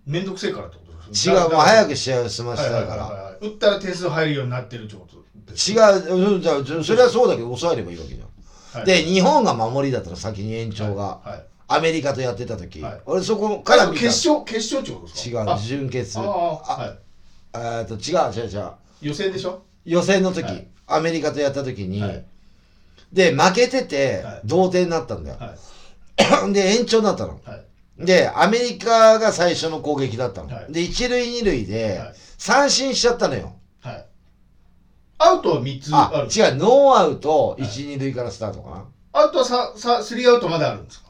B: めんどくせえからってことです
A: 違う、もう早く
B: し
A: 試合を済ませたいから。
B: 打ったら点数入るようになってるってことです
A: 違
B: か
A: う、うんじゃあそそれはそうだけど、抑えればいいわけじゃん。
B: はい
A: で、日本が守りだったら先に延長が、
B: はいはい
A: アメリカとやってた時、
B: はい
A: 俺そこから見た。
B: 決勝決勝ってことです
A: 違
B: か
A: う、準決。
B: あああ
A: あ、
B: は
A: えーっと、違う、違う、違う。
B: い予選でしょ
A: 予選の時、
B: はい
A: アメリカとやった時に、
B: はい
A: で、負けてて
B: はい、
A: 同点になったんだよ。
B: は
A: で、延長になったの。
B: いはい
A: で、アメリカが最初の攻撃だったの。
B: はい
A: で、一塁二塁で
B: はい、
A: 三振しちゃったのよ。
B: はいアウトは三つあ
A: あ
B: る、
A: 違う、ノーアウト、
B: はい
A: 一、二塁からスタートかな。
B: アウトはささスリーアウトまであるんですか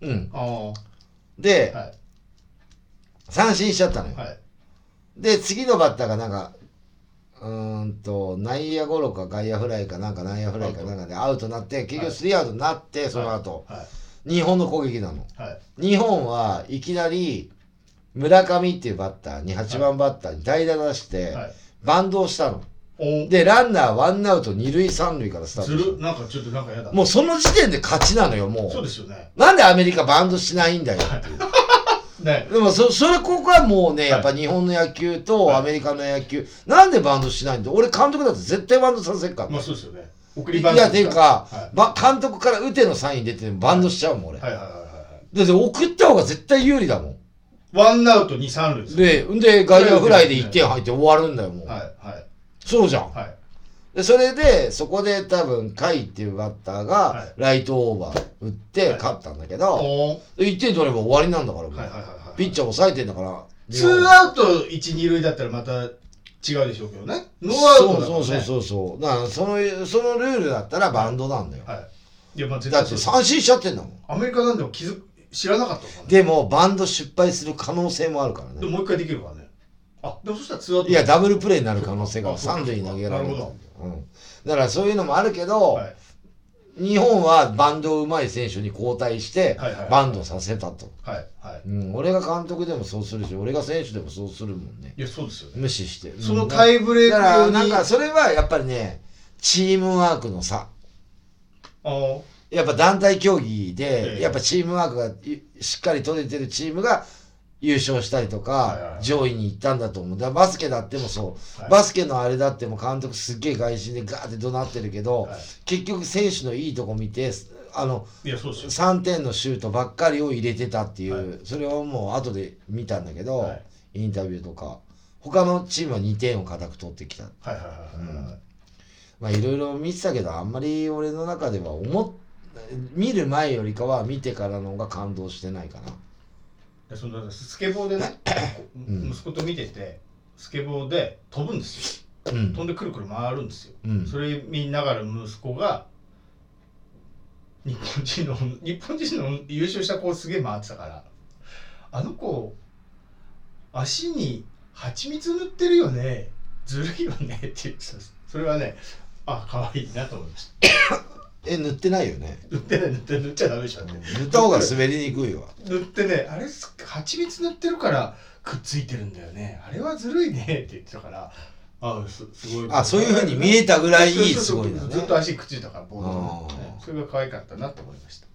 A: うん。
B: ああは
A: で
B: い、は
A: 三振しちゃったのよ。
B: い
A: で、次のバッターがなんか、うーんと、内野ゴロか外野フライかなんか内野フライかなんかでアウトになって、結
B: は
A: 局
B: い
A: スリーアウトになって、その後、
B: はい
A: 日本の攻撃なの。
B: はい
A: 日本はいきなり、村上っていうバッターに、8番バッターに代打出して、
B: はい
A: バンドをしたの。
B: お
A: で、ランナーワンアウト二塁三塁からスター
B: ず
A: トし
B: るなんかちょっとなんかやだ
A: た。もうその時点で勝ちなのよ、も
B: そう
A: う。
B: ですよね
A: なんでアメリカバンドしないんだよっていう。
B: ね
A: でもそ、それここはもうね、
B: い
A: やっぱ日本の野球
B: はい
A: とアメリカの野球、なんでバンドしないんだ俺監督だって絶対バンドさせっから
B: まあ
A: ね。
B: そうですよね送り
A: い
B: バン
A: や、ていうか
B: は、
A: ば監督から打てのサイン出てバンドしちゃうもん、俺。
B: い
A: だ
B: はいはいは
A: って送った方が絶対有利だもん。
B: いはいワンアウト二三塁ですね
A: で、んで、外野フライで1点入って終わるんだよ、もう。
B: はいはい
A: そうじゃん。
B: はい
A: でそれでそこで多分甲斐っていうバッター
B: は
A: が
B: い
A: ライトオーバー打っ
B: は
A: て
B: い
A: 勝ったんだけ
B: お
A: ど、
B: お
A: で1点取れば終わりなんだからもう、
B: はいはいはいはい
A: ピッチャー抑えてんだから
B: ツーアウト一二塁だったらまた違うでしょうけどねノーアウ
A: そ
B: ト
A: う
B: だから
A: そうそ
B: ね
A: うそうそうだからそのそのルールだったらバンドなんだよ
B: はいいやまあ絶
A: だ
B: 対
A: って
B: そう
A: 三振しちゃってんだもん
B: アメリカなんでも気づ知らなかったからね
A: でもバンド失敗する可能性もあるから
B: で
A: ね
B: ももう一回できるからねあでもそしたらツーアウト
A: いやダブルプレーになる可能性が
B: あそうか
A: 三塁に投げられる
B: なるほ
A: うん、だからそういうのもあるけど、
B: はい
A: 日本はバンドうまい選手に交代して
B: はいはい
A: バンドさせたと、
B: はいはい
A: うん、俺が監督でもそうするし俺が選手でもそうするもんね
B: いやそうですよね
A: 無視して
B: そのタ
A: 対
B: イブレー
A: だ
B: ク
A: から
B: 用
A: なん
B: に
A: か
B: あ
A: それはやっぱりねチームワークの差
B: ー
A: やっぱ団体競技
B: え
A: で
B: え
A: やっぱチームワークがいしっかり取れてるチームが優勝したりと
B: はいはい
A: か
B: はい
A: 上位に行ったんだと思うだからバスケだってもそ
B: はいう
A: バスケのあれだっても監督すっげえ外心でガーって怒鳴ってるけど
B: はい
A: 結局選手のいいとこ見てあの
B: いやそうですよ
A: 3点のシュートばっかりを入れてたっていう、
B: は
A: それをもう後で見たんだけど、
B: はい
A: インタビューとか他のチームは2点を固く取ってきた
B: はいはいはいはいはい
A: まあいろいろ見てたけどあんまり俺の中では思っ見る前よりかは見てからの方が感動してないかな
B: でそのスケボーでねこう
A: うん
B: 息子と見ててスケボーで飛ぶんです
A: う
B: よ
A: ん
B: 飛んでくるくる回るんですよ
A: うん
B: それ見ながら息子が日本人の日本人の優勝した子をすげえ回ってたからあの子足に蜂蜜塗ってるよねずるいよねって言ってたそれはねあ可愛いなと思いました
A: え塗ってないよね
B: 塗ってない塗って塗っちゃダメでしょ
A: うん塗った方が滑りにくいわ
B: 塗ってねあれす蜂蜜塗ってるからくっついてるんだよねあれはずるいねって言ってたからあすすごい
A: あそういうふうに見えたぐらいいい
B: そう
A: す
B: そう
A: ご
B: そ
A: いうなね
B: ずっと足くっついたからボードに、
A: あー
B: それが可愛かったなと思いました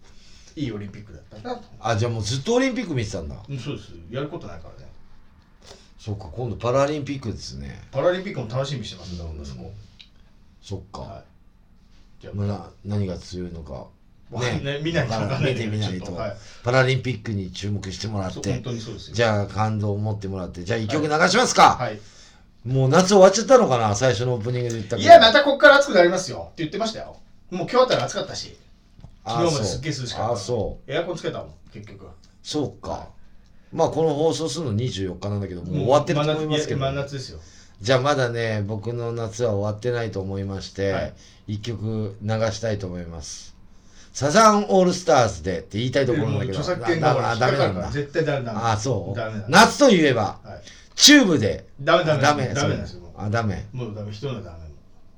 B: いいオリンピックだったなと思
A: あじゃあもうずっとオリンピック見てたんだ
B: うそうですやることないからね
A: そっか今度パラリンピックですね
B: パラリンピックも楽しみにしてますだから息子
A: そっか、
B: はいじゃあ、
A: まあな何が強いのか
B: わかん ない見ないとわかんない
A: 見てみないと
B: ちょっはい
A: パラリンピックに注目してもらっ
B: そう本
A: て
B: 当にそうですよ
A: じゃあ感動を持ってもらってじゃあ一曲流しますか、
B: はい、
A: もう夏終わっちゃったのかな最初のオープニングで言った
B: いやまたここから暑くなりますよって言ってましたよもう今日あたら暑かったし昨日まですっげえ涼しかった
A: あそ
B: エアコンつけたもん結局
A: うそうかまあこの放送するの24日なんだけどもう終わってると思いますけ
B: も
A: ど、
B: う真夏いや真夏ですよ
A: じゃあまだね僕の夏は終わってないと思いまして、
B: はい
A: 一曲流したいと思いますサザンオールスターズでって言いたいところなんだけど
B: もう著作権
A: だ
B: だ
A: か
B: からら
A: ダメな
B: 引
A: ん
B: っかかるから
A: だ
B: 絶対ダメなんだ
A: あそう
B: ダメなんだ
A: 夏といえば
B: はい
A: チューブで
B: ダメダメ
A: ダメ
B: ダメなんですよもう
A: あダメ
B: もうダメ、人のダメもう。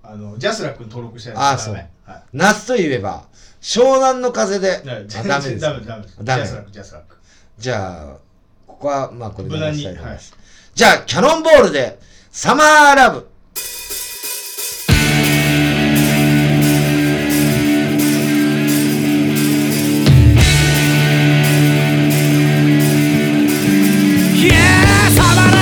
B: あの、ジャスラックに登録して
A: あ
B: ない
A: あ
B: とダメ。は
A: 夏といえば湘南の風で
B: い。はい
A: あ
B: 全
A: ダメです
B: 然ダメ、ダメです。ジ
A: ダメ
B: ャスラック、ジャスラック。
A: じゃあここはまあこれで
B: 無難に
A: したいと思います、じゃあキャノンボールでサマーラブ
C: イエーサバラ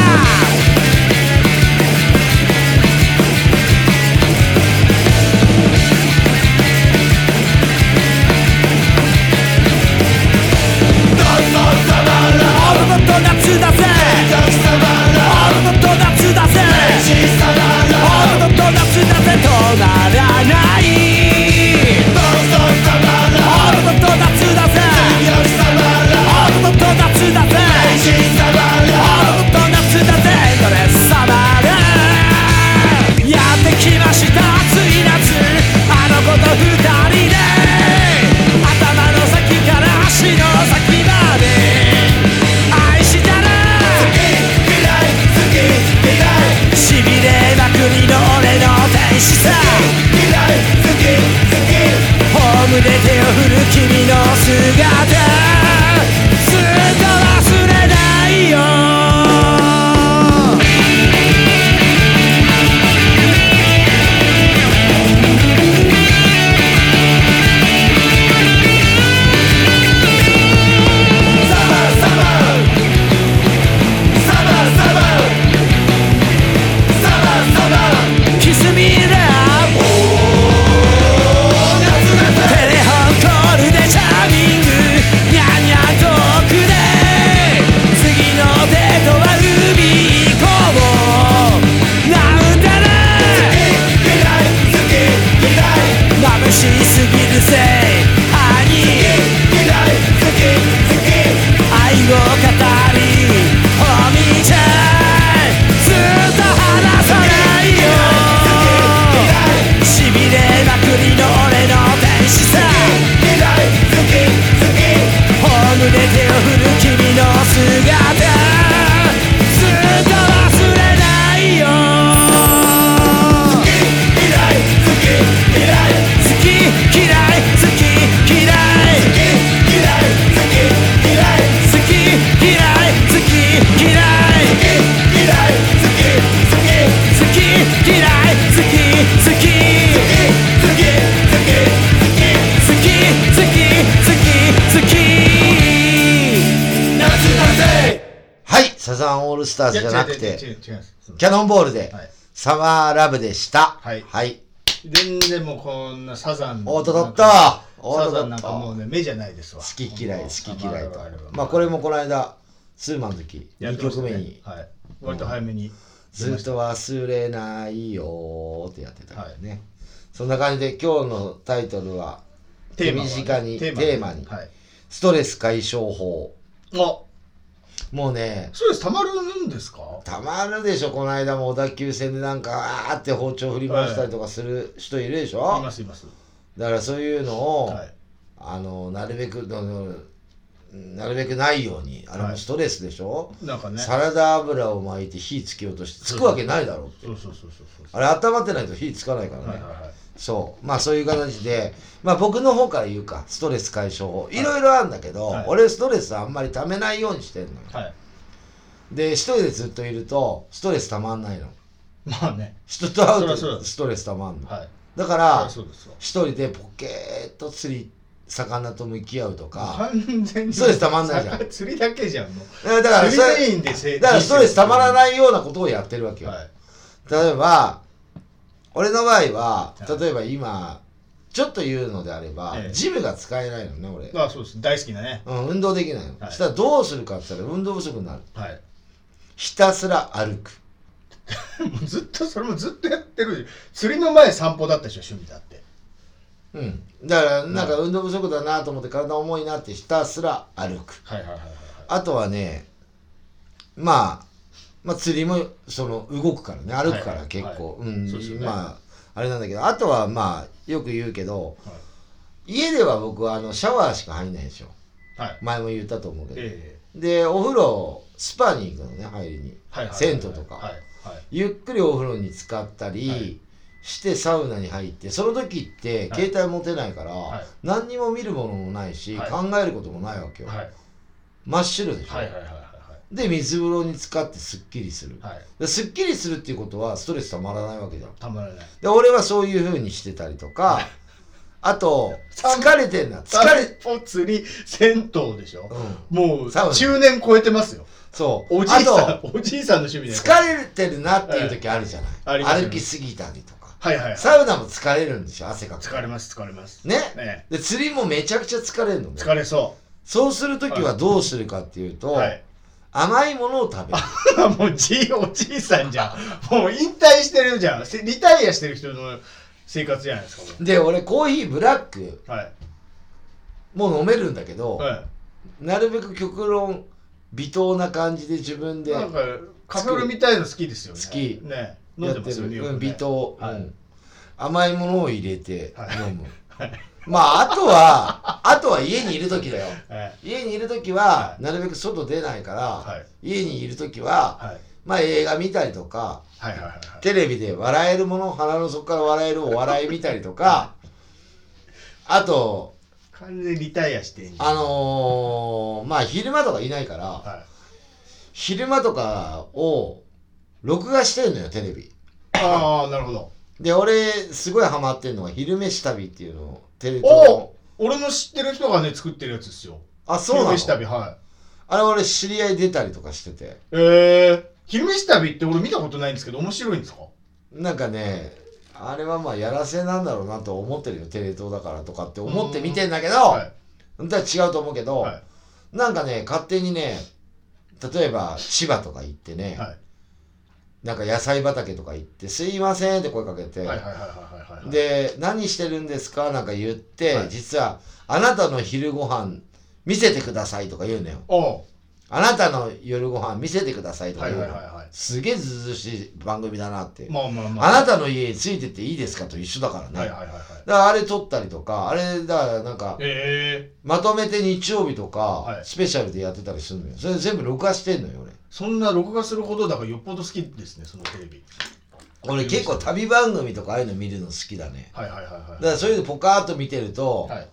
C: オールドと夏だぜオールドと夏だぜ
A: ザンオールスターズじゃなく
B: いや違
A: て、
B: う違う違う違う違います
A: キャノンボールで、
B: はい
A: サマーラブでした。
B: はい
A: はい。
B: 全然もうこんなサザン
A: おーっとっとっと
B: サ
A: おーっとっとっと
B: ザンなんかもうね目じゃないですわ
A: 好き嫌い、好き嫌いと
B: あるあるあ。る
A: まあこれもこの間、ツーマンの時、
B: やっ
A: 2
B: てまし
A: 曲
B: たね
A: 目に、
B: はい割と早めに
A: ずっと忘れないよーってやってたからね。そんな感じで今日のタイトルは、
B: はね
A: 手短にテーマに
B: はい
A: ストレス解消法。
B: あ
A: もうね、
B: ストレスたまるんですか
A: たまるでしょ、この間も小田急線でなんか、あーって包丁振り回したりとかする人いるでしょ、
B: いますいます
A: だからそういうのを、
B: はい
A: あの、なるべく、どのなるべくないように、あれ
B: は
A: も
B: い
A: ストレスでしょ、
B: なんかね
A: サラダ油を巻いて火つけようとして、つくわけないだろうって。
B: そうそうそうそうそ
A: あれ、温まってないと火つかないから
B: う
A: ね。
B: はいはいはい
A: そう。まあそういう形で、まあ僕の方から言うか、ストレス解消法。いろいろあるんだけど、
B: はい
A: 俺ストレスあんまり溜めないようにしてんのよ。
B: はい
A: で、一人でずっといると、ストレス溜まんないの。
B: まあね
A: 人と会う
B: そりゃそう
A: と
B: だ
A: ストレス溜まんの。
B: はい
A: だか
B: あ
A: ら、
B: そうですよ
A: 一人でポケーっと釣り、魚と向き合うとか、
B: 完全に
A: ストレス溜まんないじゃん
B: 魚釣りだけじゃんもう
A: えだからそ
B: 釣りメ
A: れ、
B: インでせ
A: だからストレス溜まら
B: い
A: ないようなことをやってるわけよ。
B: はい
A: 例えば、俺の場合は
B: は、い
A: 例えば今、ちょっと言うのであれば、
B: ええ
A: ジムが使えないのね、俺。
B: まあそうです大好きなね
A: うん、運動できないの。
B: はい
A: したらどうするかって言ったら運動不足になる。
B: はい
A: ひたすら歩く。
B: も うずっとそれもずっとやってる釣りの前散歩だったでしょ趣味だって
A: うん。だから、なんか運動不足だなと思って体重いなってひたすら歩く。
B: はいはいはいはい
A: あとはね、まあ、まあ釣りも、その、動くからね、歩くか
B: は
A: ら
B: い
A: 結構。
B: はい
A: うん、
B: そうですよね
A: まあ、あれなんだけど、あとはまあ、よく言うけど、
B: はい
A: 家では僕はあの、シャワーしか入んないでしょ。
B: はい
A: 前も言ったと思うけど。
B: ええ
A: で、お風呂、スパに行くのね、入りに。
B: はいはい
A: 銭湯とか。
B: はいはい
A: ゆっくりお風呂に浸かったり、
B: はい
A: してサウナに入ってその時って
B: はい
A: 携帯持てないから、
B: はい
A: 何にも見るものもないし、
B: はい
A: 考えることもないわけよ、
B: はい
A: 真っ白でしょ、
B: はいはいはいはい
A: で水風呂に浸かってすっきりする、
B: はいはい
A: でスッキリするっていうことはストレスたまらないわけじゃん
B: たまらない
A: で俺はそういうふうにしてたりとかあと
B: 散
A: 疲れてんな疲れ
B: 散歩釣り銭湯でしょ
A: うん
B: もう
A: サウナ
B: 中年超えてますよ
A: そう
B: おじい
A: あ
B: さ
A: と
B: んおじいさんの趣味で
A: 疲れてるなっていう時あるじゃ
B: はいあ
A: な
B: り
A: い、
B: ますよね
A: 歩きすぎたりとか
B: はいはいはい
A: サウナも疲れるんでしょ汗かく
B: 疲れます疲れます
A: ね
B: え
A: で釣りもめちゃくちゃ疲れるのね
B: 疲れそ
A: そうするときはどうするかっていうと、
B: うはい
A: 甘いものを食べる。
B: もうじいおじいさんじゃんもう引退してるじゃんせリタイアしてる人の生活じゃないですかも
A: で、俺コーヒーブラック
B: うはい
A: もう飲めるんだけど、
B: は
A: なるべく極論微糖な感じで自分
B: い
A: でや
B: な
A: っ
B: んかカフェオレみたいの好きですよね
A: 好き
B: ね飲んでま
A: て
B: すよ
A: る。
B: ねよ
A: う
B: く
A: ん、
B: ね
A: 微糖、
B: はい
A: うん甘いものを入れて
B: はい
A: 飲む。まあ、あとは、あとは家にいるときだよ。
B: はい
A: 家にいるとき
B: は
A: は、
B: い
A: なるべく外出ないから、
B: はい
A: 家にいるときは、
B: はい
A: まあ映画見たりとか、
B: はいはいはい
A: テレビで笑えるもの、鼻の底から笑えるお笑い見たりとか、あと、
B: 完全にリタイアしてんじゃん
A: あのー、まあ昼間とかいないから、
B: はい
A: 昼間とかを録画してんのよ、テレビ。
B: ああなるほど
A: で、俺、すごいハマってんのが、昼飯旅っていうのを、テレ東
B: お
A: の
B: お。俺の知ってる人がね作ってるやつですよ
A: あ、そうなの
B: 昼飯旅はい
A: あれ俺、知り合い出たりとかしてて。
B: ええ昼飯旅って俺見たことないんですけど面白いんですか
A: なんかね、あれはまあ、やらせなんだろうなと思ってるよ、テレ東だからとかって思って見てんだけど、
B: は
A: 本当は違うと思うけ
B: い
A: ど、
B: は
A: なんかね、勝手にね、例えば千葉とか行ってね、
B: いはい
A: なんか野菜畑とか行って、すいませんって声かけて、
B: はいはいはいはいはいはい
A: で、何してるんですかなんか言って、
B: はい
A: 実は、あなたの昼ご飯見せてくださいとか言うのよ。
B: お
A: あなたの夜ご飯見せてくださいとか
B: はい
A: 言う
B: は
A: の
B: いはい
A: よ。
B: は
A: すげえずうずうしい番組だなって。
B: いまあまあまあ
A: あなたの家についてっていいですかと一緒だからね。
B: はいはいはいはい
A: だからあれ撮ったりとか、あれ、だからなんか、
B: ええ
A: まとめて日曜日とか
B: は、い
A: スペシャルでやってたりするのよ。それ全部録画してんのよ、俺。
B: そんな録画するほどだからよっぽど好きですねそのテレビ
A: 俺結構旅番組とかああいうの見るの好きだね
B: はいはいはいはい
A: だからそういうのポカーっと見てると、
B: はい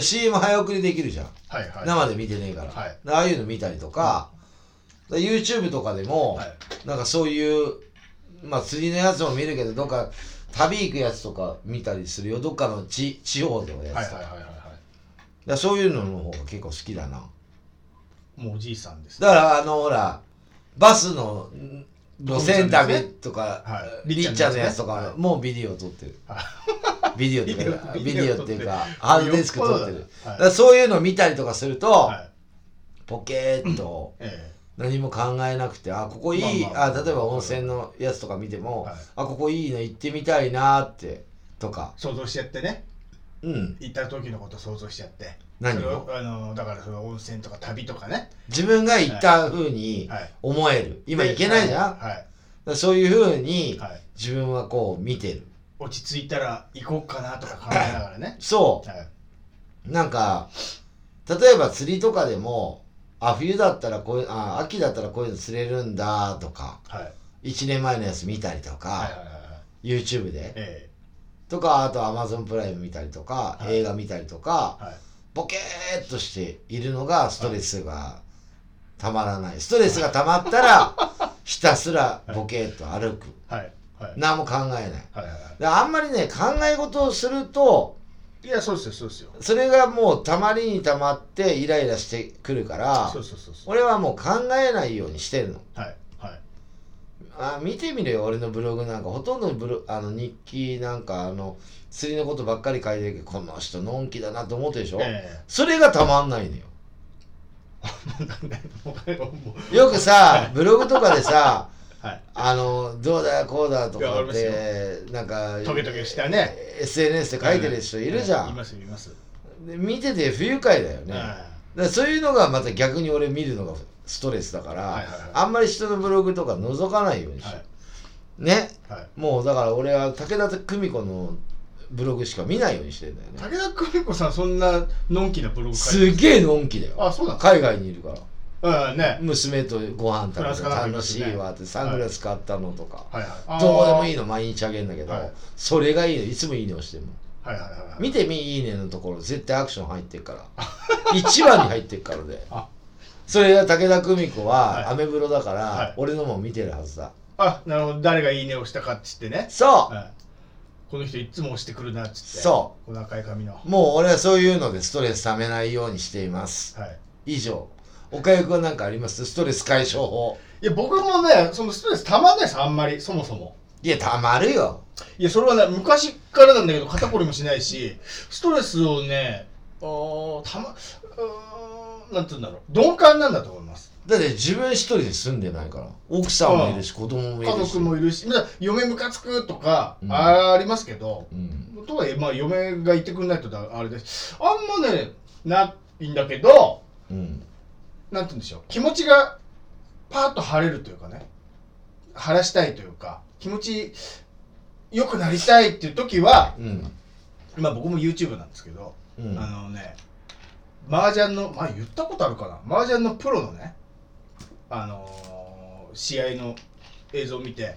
A: CM 早送りできるじゃん、
B: はいはい
A: 生で見てねえから,、
B: はい
A: ああいうの見たりとか,、YouTube とかでも、
B: はい
A: なんかそういうまあ釣りのやつも見るけどどっか旅行くやつとか見たりするよどっかの地地方でのやつとか,、だ
B: はいはい
A: か
B: はいはいは
A: らそういうのの方が結構好きだない
B: もうおじいさんですね
A: だからあのほらバスのん路線旅とか、
B: はい
A: りっちゃんのやつと
B: は
A: か
B: い、
A: もうビデオ撮ってる。ビデオっていうか、
B: ビ
A: ビ
B: デ
A: デ
B: オ
A: オっていう
B: ビ
A: か
B: デオ撮ってる、
A: ハードディスク撮って
B: よっ
A: る。
B: ぽどだ
A: だ
B: はい
A: からそういうの見たりとかすると
B: は、い
A: ポケーっと
B: え
A: 何も考えなくて、あ、ここいい、
B: まあまあ
A: あ、例えば温泉のやつとか見ても
B: はい、
A: あ、ここいいな、行ってみたいなって、とか
B: え。想像しちゃってね
A: うん。
B: 行った時のこと想像しちゃって
A: 何
B: それ
A: を
B: あのだからその温泉とか旅とかね
A: 自分が行った風に
B: はい
A: 思える。今行けないじゃんだか
B: は
A: らそういう風
B: い、
A: に
B: はい、
A: 自分はこう見てる。
B: 落ち着いたら行こうかなとか考えながらね
A: そう。
B: はい
A: なんか、例えば釣りとかでも、あ、冬だったらこういう、あ、秋だったらこういうの釣れるんだとか、
B: はいはい
A: 1年前のやつ見たりと
B: はい
A: か、
B: はいはい
A: YouTube で、
B: え
A: とか、あと Amazon プライム見たりとか、
B: はい
A: 映画見たりと
B: え
A: か、
B: はい
A: ボケーっとしているのがストレスがたまらない。ストレスがたまった ら、ひたすらボケーっと歩く。
B: はいはい
A: 何も考えない。
B: はいはいは
A: であんまりね、考え事をすると、
B: いいやそうですよそうですよ
A: それがもうたまりにたまってイライラしてくるから
B: そう、そうそうそう
A: 俺はもう考えないようにしてるの
B: はいはい
A: あ見てみるよ俺のブログなんかほとんどブロあの日記なんかあの釣りのことばっかり書いてるけどこの人のんきだなと思ってるでしょ、
B: え
A: それがたまんないのよ
B: えなんだよもうもう
A: よくさブログとかでさ
B: はい
A: あのどうだこうだと
B: いや
A: か
B: あり
A: っ
B: ますよ
A: てなんか
B: トゲトゲしたね
A: SNS で書いてる人いるじゃ
B: ええい
A: ん
B: ますいます
A: で見てて不愉快だよね、
B: は
A: だからそういうのがまた逆に俺見るのがストレスだから、
B: はいはいはい
A: あんまり人のブログとか覗かないように
B: い
A: しよ
B: は
A: う
B: い
A: ね
B: はい
A: もうだから俺は武田久美子のブログしか見ないようにしてんだよね
B: 武田久美子さんそんなのんきなブログ書い
A: す
B: て
A: げえのんきだよ
B: あそうなんです
A: 海外にいるから
B: かうんね
A: 娘とご飯
B: フラン
A: 食
B: ス
A: べ
B: か
A: て
B: らなんか
A: 楽しいわってサングラス買ったのとか、
B: はいはい
A: どうでもいい
B: い
A: の毎日あげるんだけど、
B: はい
A: それがいいのいつもいいね押しても
B: はいはいはいはい
A: 見てみいいねのところ絶対アクション入ってっから 一番に入ってっからで
B: あ
A: それが武田久美子
B: はい
A: はアメブロだから、
B: はい
A: 俺のも見てるはずだ
B: あなるほど誰がいいねをしたかっつってね
A: そう、
B: はいこの人いつも押してくるなっつって
A: そう
B: この赤い髪のは
A: もう俺はそういうのでストレスためないようにしています
B: い
A: 以上岡ゆくは何かありますストレス解消法
B: いや僕もねそのストレスたまんないですあんまりそもそも
A: いやたまるよ
B: いやそれはね昔からなんだけど肩こりもしないしストレスをねあーたまうーんなんて言うんだろう鈍感なんだと思います
A: だって自分一人で住んでないから奥さんもいるし子供もい
B: 家
A: るし
B: 族もいるしまあ嫁ムカつくとか、
A: うん
B: ありますけど
A: うん
B: とはいえまあ嫁がいてくれないとだあれですあんまねないんだけど
A: うん
B: なんて言うんでしょう気持ちがパーッと晴れるというかね晴らしたいというか気持ち良くなりたいっていう時は
A: うん
B: まあ僕も YouTube なんですけど、
A: うん
B: あのね麻雀のまあ言ったことあるかな麻雀のプロのねあのー試合の映像を見て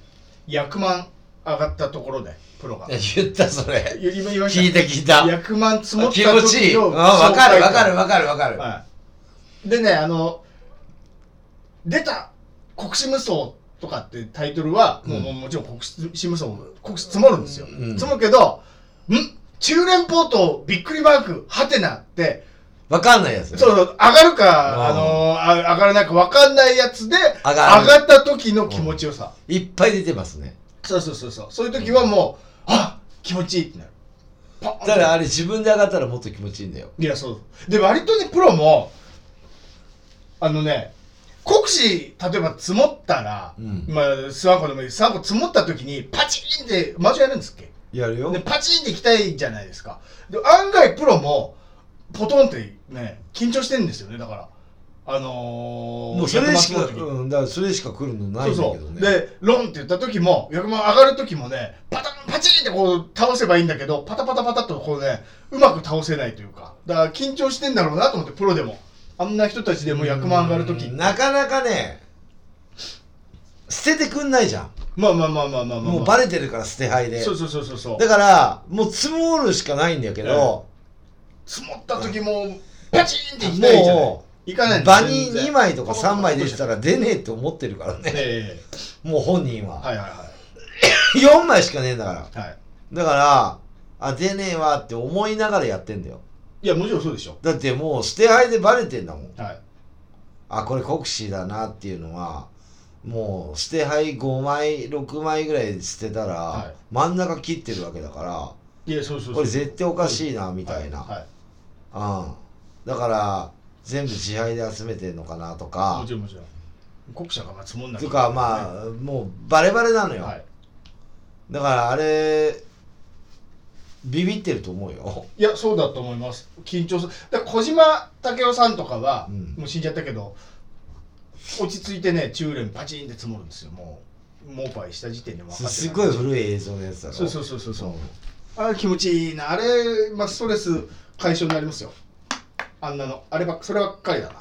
B: 100万上がったところでプロが
A: いや言ったそれ
B: いや今言いま
A: 聞
B: し
A: い
B: た
A: て聞いた
B: 100万積もった
A: 気持ちいい
B: 時
A: うん
B: の
A: わかるわかる
B: わ
A: わかるわかる
B: はい、でねあの出た国士無双とかってタイトルは、もう
A: うん
B: もうもちろん国士無双も国士積もるんですよ、
A: うん
B: 積むけどん中連ポートびっくりマークはてなって
A: わかんないやつ
B: そうそう上がるか、
A: うん
B: あのあ上がらないか分かんないやつで
A: 上がる
B: 上がった時の気持ちよさ、
A: いっぱい出てますね
B: そうそうそうそうそういう時はもうあ気持ちいいってなるパーンって
A: ただあれ自分で上がったらもっと気持ちいいんだよ
B: いや、そう。で、割とね、プロも、あのね、国士、例えば積もったら、
A: うん
B: まあ、諏訪湖でもいい、諏訪湖積もった時に、パチンって、マジやるんですっけ
A: やるよ
B: で、パチンって行きたいじゃないですか。で、案外プロも、ポトンってね、緊張してるんですよね、だから。あのー、
A: もうそれしか、
B: 100万積もる時
A: うん、だからそれしか来るのないんだ
B: そ
A: け
B: う
A: ど
B: そう。
A: ね
B: で、ロンって言った時も、100万上がる時もね、パタン、パチンってこう倒せばいいんだけど、パタパタパタっとこうね、うまく倒せないというか、だから緊張してんだろうなと思って、プロでも。あんな人たちでも100万上がる時
A: うんなかなかね捨ててくんないじゃん
B: まあまあまあまあまあまあ、まあ。
A: もうバレてるから捨て牌で
B: そうそうそうそうそう
A: だ。からもう積もるしかないんだけど、
B: 積もった時も、パチンって行きたいじゃない
A: も。
B: 行かないんです
A: 場に2枚とか3枚出てた
B: ら。
A: ら出ねえって思ってるからね
B: ええ
A: もう本人は、
B: はいはいは
A: 4枚しかねえんだから
B: い。はい。
A: だからあ出ねえわって思いながらやってんだよ
B: いや、もちろんそうでしょ。
A: だってもう捨て牌でバレてんだもん
B: はい。
A: あこれ国士だなっていうのはもう捨て灰5枚6枚ぐらい捨てたら、
B: はい
A: 真ん中切ってるわけだか
B: いやそうそうそ
A: ら
B: う
A: これ絶対おかしいなみたいな、
B: はいはい
A: うん、だから全部自敗で集めてんのかなと
B: も
A: か
B: ちろんもちろん国者がまあ積もんな
A: とかまあもうバレバレなの
B: あ
A: よ、
B: はい、
A: だからあれビビってると思うよ
B: いやそうだと思います緊張するだから小島武雄さんとかは、
A: うん
B: もう死んじゃったけど落ち着いてね中連パチンって積もるんですよもうモーパイした時点で分かって
A: す
B: る
A: すごい古い映像のやつだろ
B: そうそうそうそうそううんあー気持ちいいなあれ、まあ、ストレス解消になりますよあんなのあればそればっかりだな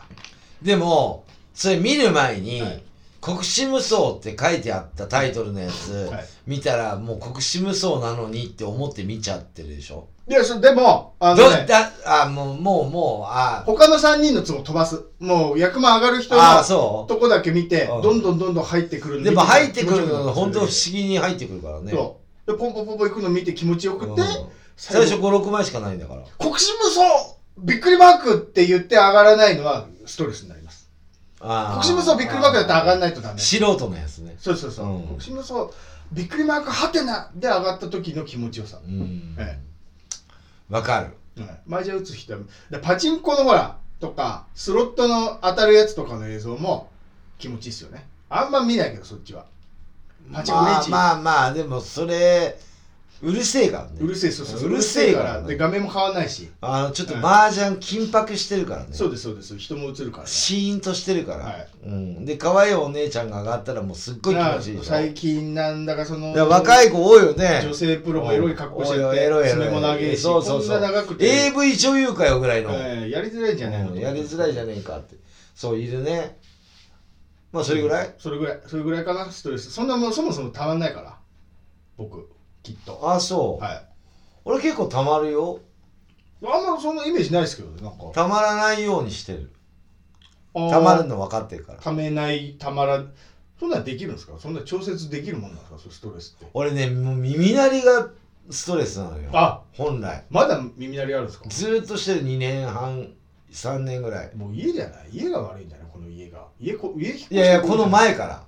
A: でもそれ見る前に、
B: はい
A: 国士無双って書いてあったタイトルのやつ、
B: はい
A: 見たらもう国士無双なのにって思って見ちゃってるでしょ。
B: いやそでもあ
A: ど
B: の、ね、
A: だあもうもうもうあ
B: 他の3人のつも飛ばすもう役満上がる人の
A: ああそ
B: とこだけ見て
A: うん
B: どんどんどんどん入ってくる
A: う。
B: の
A: でも入ってくる
B: 気持ちよくな
A: の
B: る
A: 本当不思
B: そ
A: 議に入ってくるからね。
B: れでそうでポンポンポンポン行くの見て気持ちよくて、
A: うん最
B: 最
A: 初
B: 後
A: 56枚しかないんだから。
B: 国士無双びっくりマークって言って上がらないのはストレスになります
A: あ
B: 国士無双びっくりマークだと上がら
A: い。
B: ないとダメ
A: 素人のやつね。
B: そうそうそう、
A: うん
B: 国士無双びっくりマークハテナで上がった時の気持ちよさ
A: うん
B: え。
A: わかる。
B: マイジャ打つ人はでパチンコのほらとかスロットの当たるやつとかの映像も気持ちいいっすよねあんま見ないけどそっちはパチンコリ
A: ま
B: ー
A: あ
B: チ、
A: まあまあでもそれうるせえからね。
B: うるせえそうそうそう
A: うるせえから
B: うる
A: ね
B: で画面も変わんないし、
A: あのちょっと麻雀緊迫してるからね。
B: そうですそうです人も映るからね
A: シーンとしてるから、
B: はい
A: うん、で可愛いお姉ちゃんが上がったらもうすっごい気持ちいいでしょ
B: 最近なんだかそ
A: だ
B: の
A: から若い子多いよね
B: 女性プロもエロい格好してて
A: おいおいエロいエロい
B: 爪も長いし
A: そうそうそ
B: こ
A: うん
B: な長くて、
A: AV 女優かよぐらいの、
B: えーやりづらいんじゃないの、
A: うんやりづらいじゃねえかってそういるねまあそれぐらい、
B: それぐらいそれぐらいかなストレスそんなもんそもそもたまんないから僕きっと
A: ああそう、
B: はい
A: 俺結構たまるよ
B: あんまそんなイメージないですけどねなんか
A: たまらないようにしてる
B: あー
A: たまるの分かってるから
B: ためないたまらそんなんできるんですかそんな調節できるもんなんですかそうストレスって
A: 俺ねもう耳鳴りがストレスなのよ
B: あ
A: 本来
B: まだ耳鳴りあるんですか
A: ずーっとしてる2年半3年ぐらい
B: もう家じゃない家が悪いんじゃないこの家が家こ家引っ越し
A: いやいやこの前から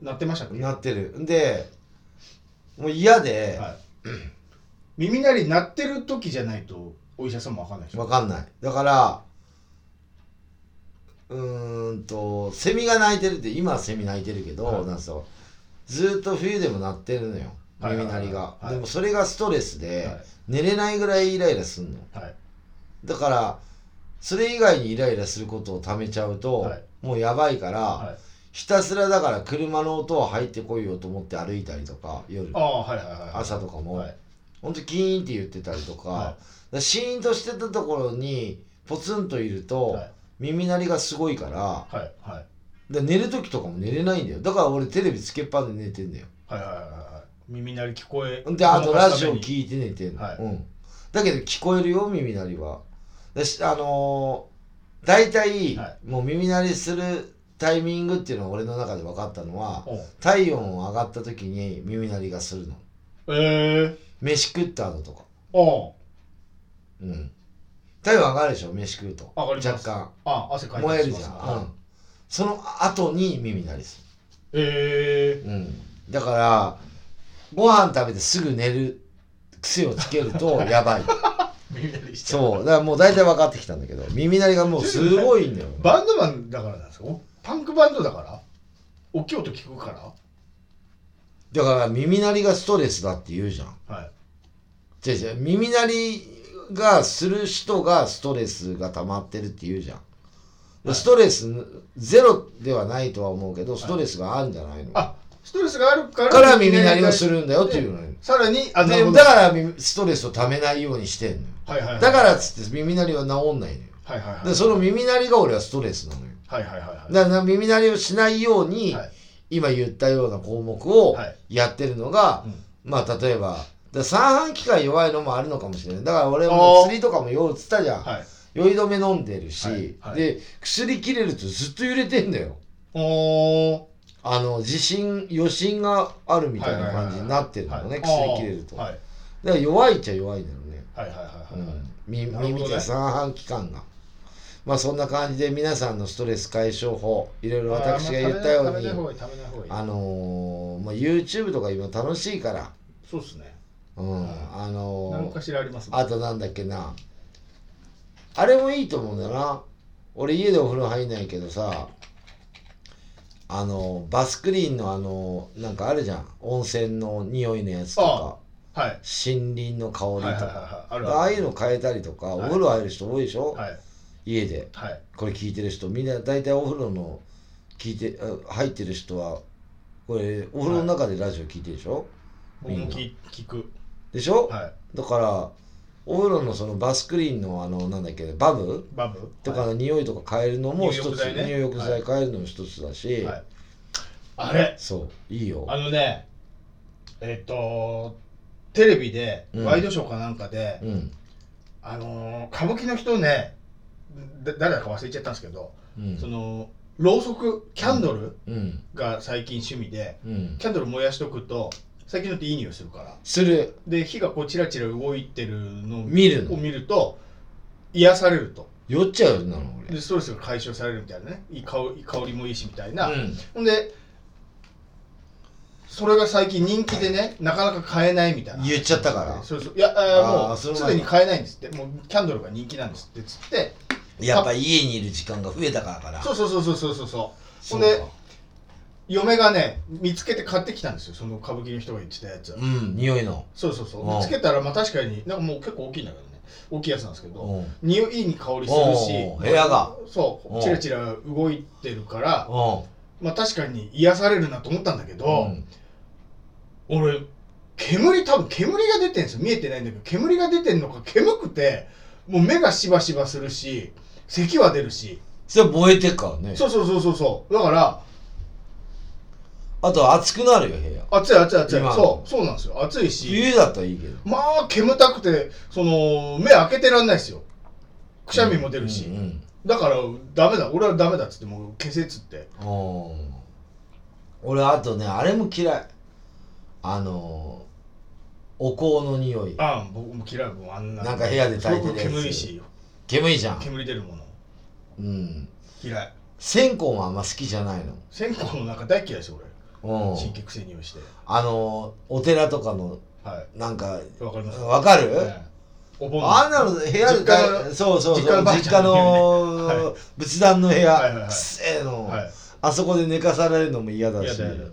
B: なってましたっけ
A: なってるんでもう嫌で、
B: はい耳鳴り鳴ってる時じゃないとお医者さんもわかんないでしょ
A: わかんないだからうーんとセミが鳴いてるって今はセミ鳴いてるけど、
B: はい
A: なんすよずーっと冬でも鳴ってるのよ
B: はい
A: 耳鳴りが、
B: はい
A: でもそれがストレスで、
B: はい
A: 寝れないぐらいイライラすんの
B: はい
A: だからそれ以外にイライラすることをためちゃうと、
B: はい
A: もうやばいから、
B: はい
A: ひたすらだから車の音を入ってこいよと思って歩いたりとか夜
B: ああはいはいはいはい
A: 朝とかも、
B: はい
A: ほんとキーンって言ってたりとか,、
B: はい
A: シーンとしてたところにポツンといると、
B: はい
A: 耳鳴りがすごいから
B: はいはい
A: で寝る時とかも寝れないんだよだから俺テレビつけっぱで寝てんだよ
B: はいはいはいはい耳鳴り聞こえ
A: であとラジオ
B: 聞
A: 聞いて寝てんの、
B: はい
A: うん、だけど聞こえるよ耳鳴りはだしあのー大体、
B: はい
A: もう耳鳴りするタイミングっていうのは俺の中で分かったのは
B: おう
A: 体温上がった時に耳鳴りがするの
B: ええ
A: 飯食った後とか
B: おう
A: うん体温上がるでしょ飯食うと
B: 上がり
A: 若
B: ます
A: 干
B: あ汗かいて
A: 燃えるじゃ
B: します
A: ん、
B: は
A: う
B: い
A: ん、その後に耳鳴りす
B: え
A: る、うん、だからご飯食べてすぐ寝る癖をつける とやばい
B: え耳鳴りして
A: そうだからもう大体分かってきたんだけど耳鳴りがもうすごいんだよ
B: バンドマンだからなんですかおパンクバンドだから大きい音聞くか
A: だから耳鳴りがストレスだって言うじゃん
B: らはい
A: 違う違う耳鳴りがする人がストレスが溜まってるって言うじゃん、
B: はい
A: ストレスゼロではないとは思うけどストレスがあるんじゃないの、
B: あストレスがあるから
A: から耳鳴りをするんだよっていうのよ
B: さらにあなるほ
A: でだ
B: ど
A: から耳ストレスを溜めないようにしてんのよ
B: はいはいはい
A: だからっつって耳鳴りは治んないのよ
B: はいはいはい
A: でその耳鳴りが俺はストレスなのよ
B: はいはいはいは
A: だから耳鳴りをしないように、
B: はい
A: 今言ったような項目を
B: はい
A: やってるのが、
B: いうん
A: まあ例えばだから三半規管弱いのもあるのかもしれないだから俺も
B: あー
A: 薬とかもようつったじゃん、
B: はい
A: 酔い止め飲んでるし、
B: はいはい
A: で薬切れるとずっと揺れてんだよ
B: おー
A: あの地震余震があるみたいな感じになってるのね、
B: はい
A: 薬切れると、
B: はい
A: だから弱いっちゃ弱いんだよね、
B: はいはいはいはいはい
A: うんみ
B: なるほどね
A: 耳で三半規管がまあそんな感じで皆さんのストレス解消法いろいろ私が言った
B: あ
A: よ
B: ーま
A: う
B: あ食べ
A: に
B: ない方がいい食べない方がいい
A: あのーまあ、YouTube とか今楽しいから、
B: そうですね
A: うん
B: はい
A: あのー
B: 何かしらありますもん
A: あとなんだっけなあれもいいと思うんだよな俺家でお風呂入んないけどさあのバスクリーンのあのなんかあるじゃん温泉の匂いのやつとか
B: はい
A: 森林の香りと
B: はいはいはい
A: か
B: はいある
A: ああ
B: あ
A: い
B: る
A: うの変えたりとか、
B: はい
A: お風呂入る人多いでしょ、
B: はい
A: 家で
B: はい
A: これ聞いてる人みんな大体お風呂の聞いてあ入ってる人はこれお風呂の中でラジオ聞いてるでしょ、
B: 僕
A: みん
B: も
A: な
B: 聞聞く
A: でしょ、
B: はい
A: だからお風呂のそのバスクリーンのあのなんだっけバブ
B: バブ
A: とかの匂いとか変えるのも一つ
B: 入浴剤ね
A: 入浴剤変えるのも一つだし、
B: はいはいあれ
A: そういいよ
B: あのねえっとテレビで
A: うん
B: ワイドショーかなんかで
A: うん
B: あのー歌舞伎の人ねだ誰だか忘れちゃったんですけど
A: う
B: そ
A: ん
B: のろうそくキャンドル
A: うん
B: が最近趣味で
A: うん
B: キャンドル燃やしとくと最近のっていい匂いするから
A: する
B: で火がこうチラチラ動いてるのを
A: 見るの
B: を見ると癒されると
A: 酔っちゃうよなの
B: でストレスが解消されるみたいなねいい香り香りもいいしみたいな、
A: 俺うん
B: ほんでそれが最近人気でねなかなか買えないみたいな
A: 言っちゃったから
B: そうそういやあー
A: あー
B: もう
A: それ
B: す
A: は
B: でに買えないんですってもうキャンドルが人気なんですってつって
A: やっぱ家にいる時間が増えたからかな
B: そうそうそうそうそうそうそう
A: そ
B: ほ
A: う
B: ん
A: か
B: で嫁がね見つけて買ってきたんですよその歌舞伎の人が言ってたやつ、
A: うん匂いの
B: そうそうそう
A: うん
B: 見つけたらまあ確かになんかもう結構大きいんだけどね大きいやつなんですけど、
A: うん
B: 匂いに香りするし
A: おう部屋が
B: そう
A: おう
B: チラチラ動いてるから
A: う
B: まあ確かに癒されるなと思ったんだけど、
A: ん
B: 俺煙多分煙が出てんですよ見えてないんだけど煙が出てんのか煙くてもう目がしばしばするし咳は出るし
A: それ燃えてっからね
B: そうそうそうそうそうだから
A: あと暑くなるよ部屋
B: 暑い暑い暑い
A: 今
B: そうそうなんですよ暑いし
A: 冬だったらいいけど
B: まあ煙たくてその目開けてらんないですよくしゃみも出るし、
A: うんうん
B: だからダメだ俺はダメだっつってもう消せっつって
A: うん俺あとねあれも嫌いあのお香の匂い
B: ああ僕も嫌いもうあんな
A: なんか部屋で炊いてるやつ
B: すごく煙いし
A: 煙いじゃん
B: 煙出るもの
A: うん
B: 嫌い
A: 線香もあんま好きじゃないの
B: 線香の中大嫌いですよ
A: う
B: 俺神
A: ん
B: 経くせにおいして
A: あのお寺とかの
B: は
A: なんか
B: いわかります
A: わかる、
B: ええお盆
A: あんなの部屋で
B: 実家の
A: そうそうそう
B: 実家のばあち
A: 実家
B: ゃんの
A: の
B: ねは
A: 仏壇の部
B: はいはいは
A: 屋
B: い
A: くせえの、
B: はい
A: あそこで寝かされるのも嫌だし
B: 嫌だ嫌だ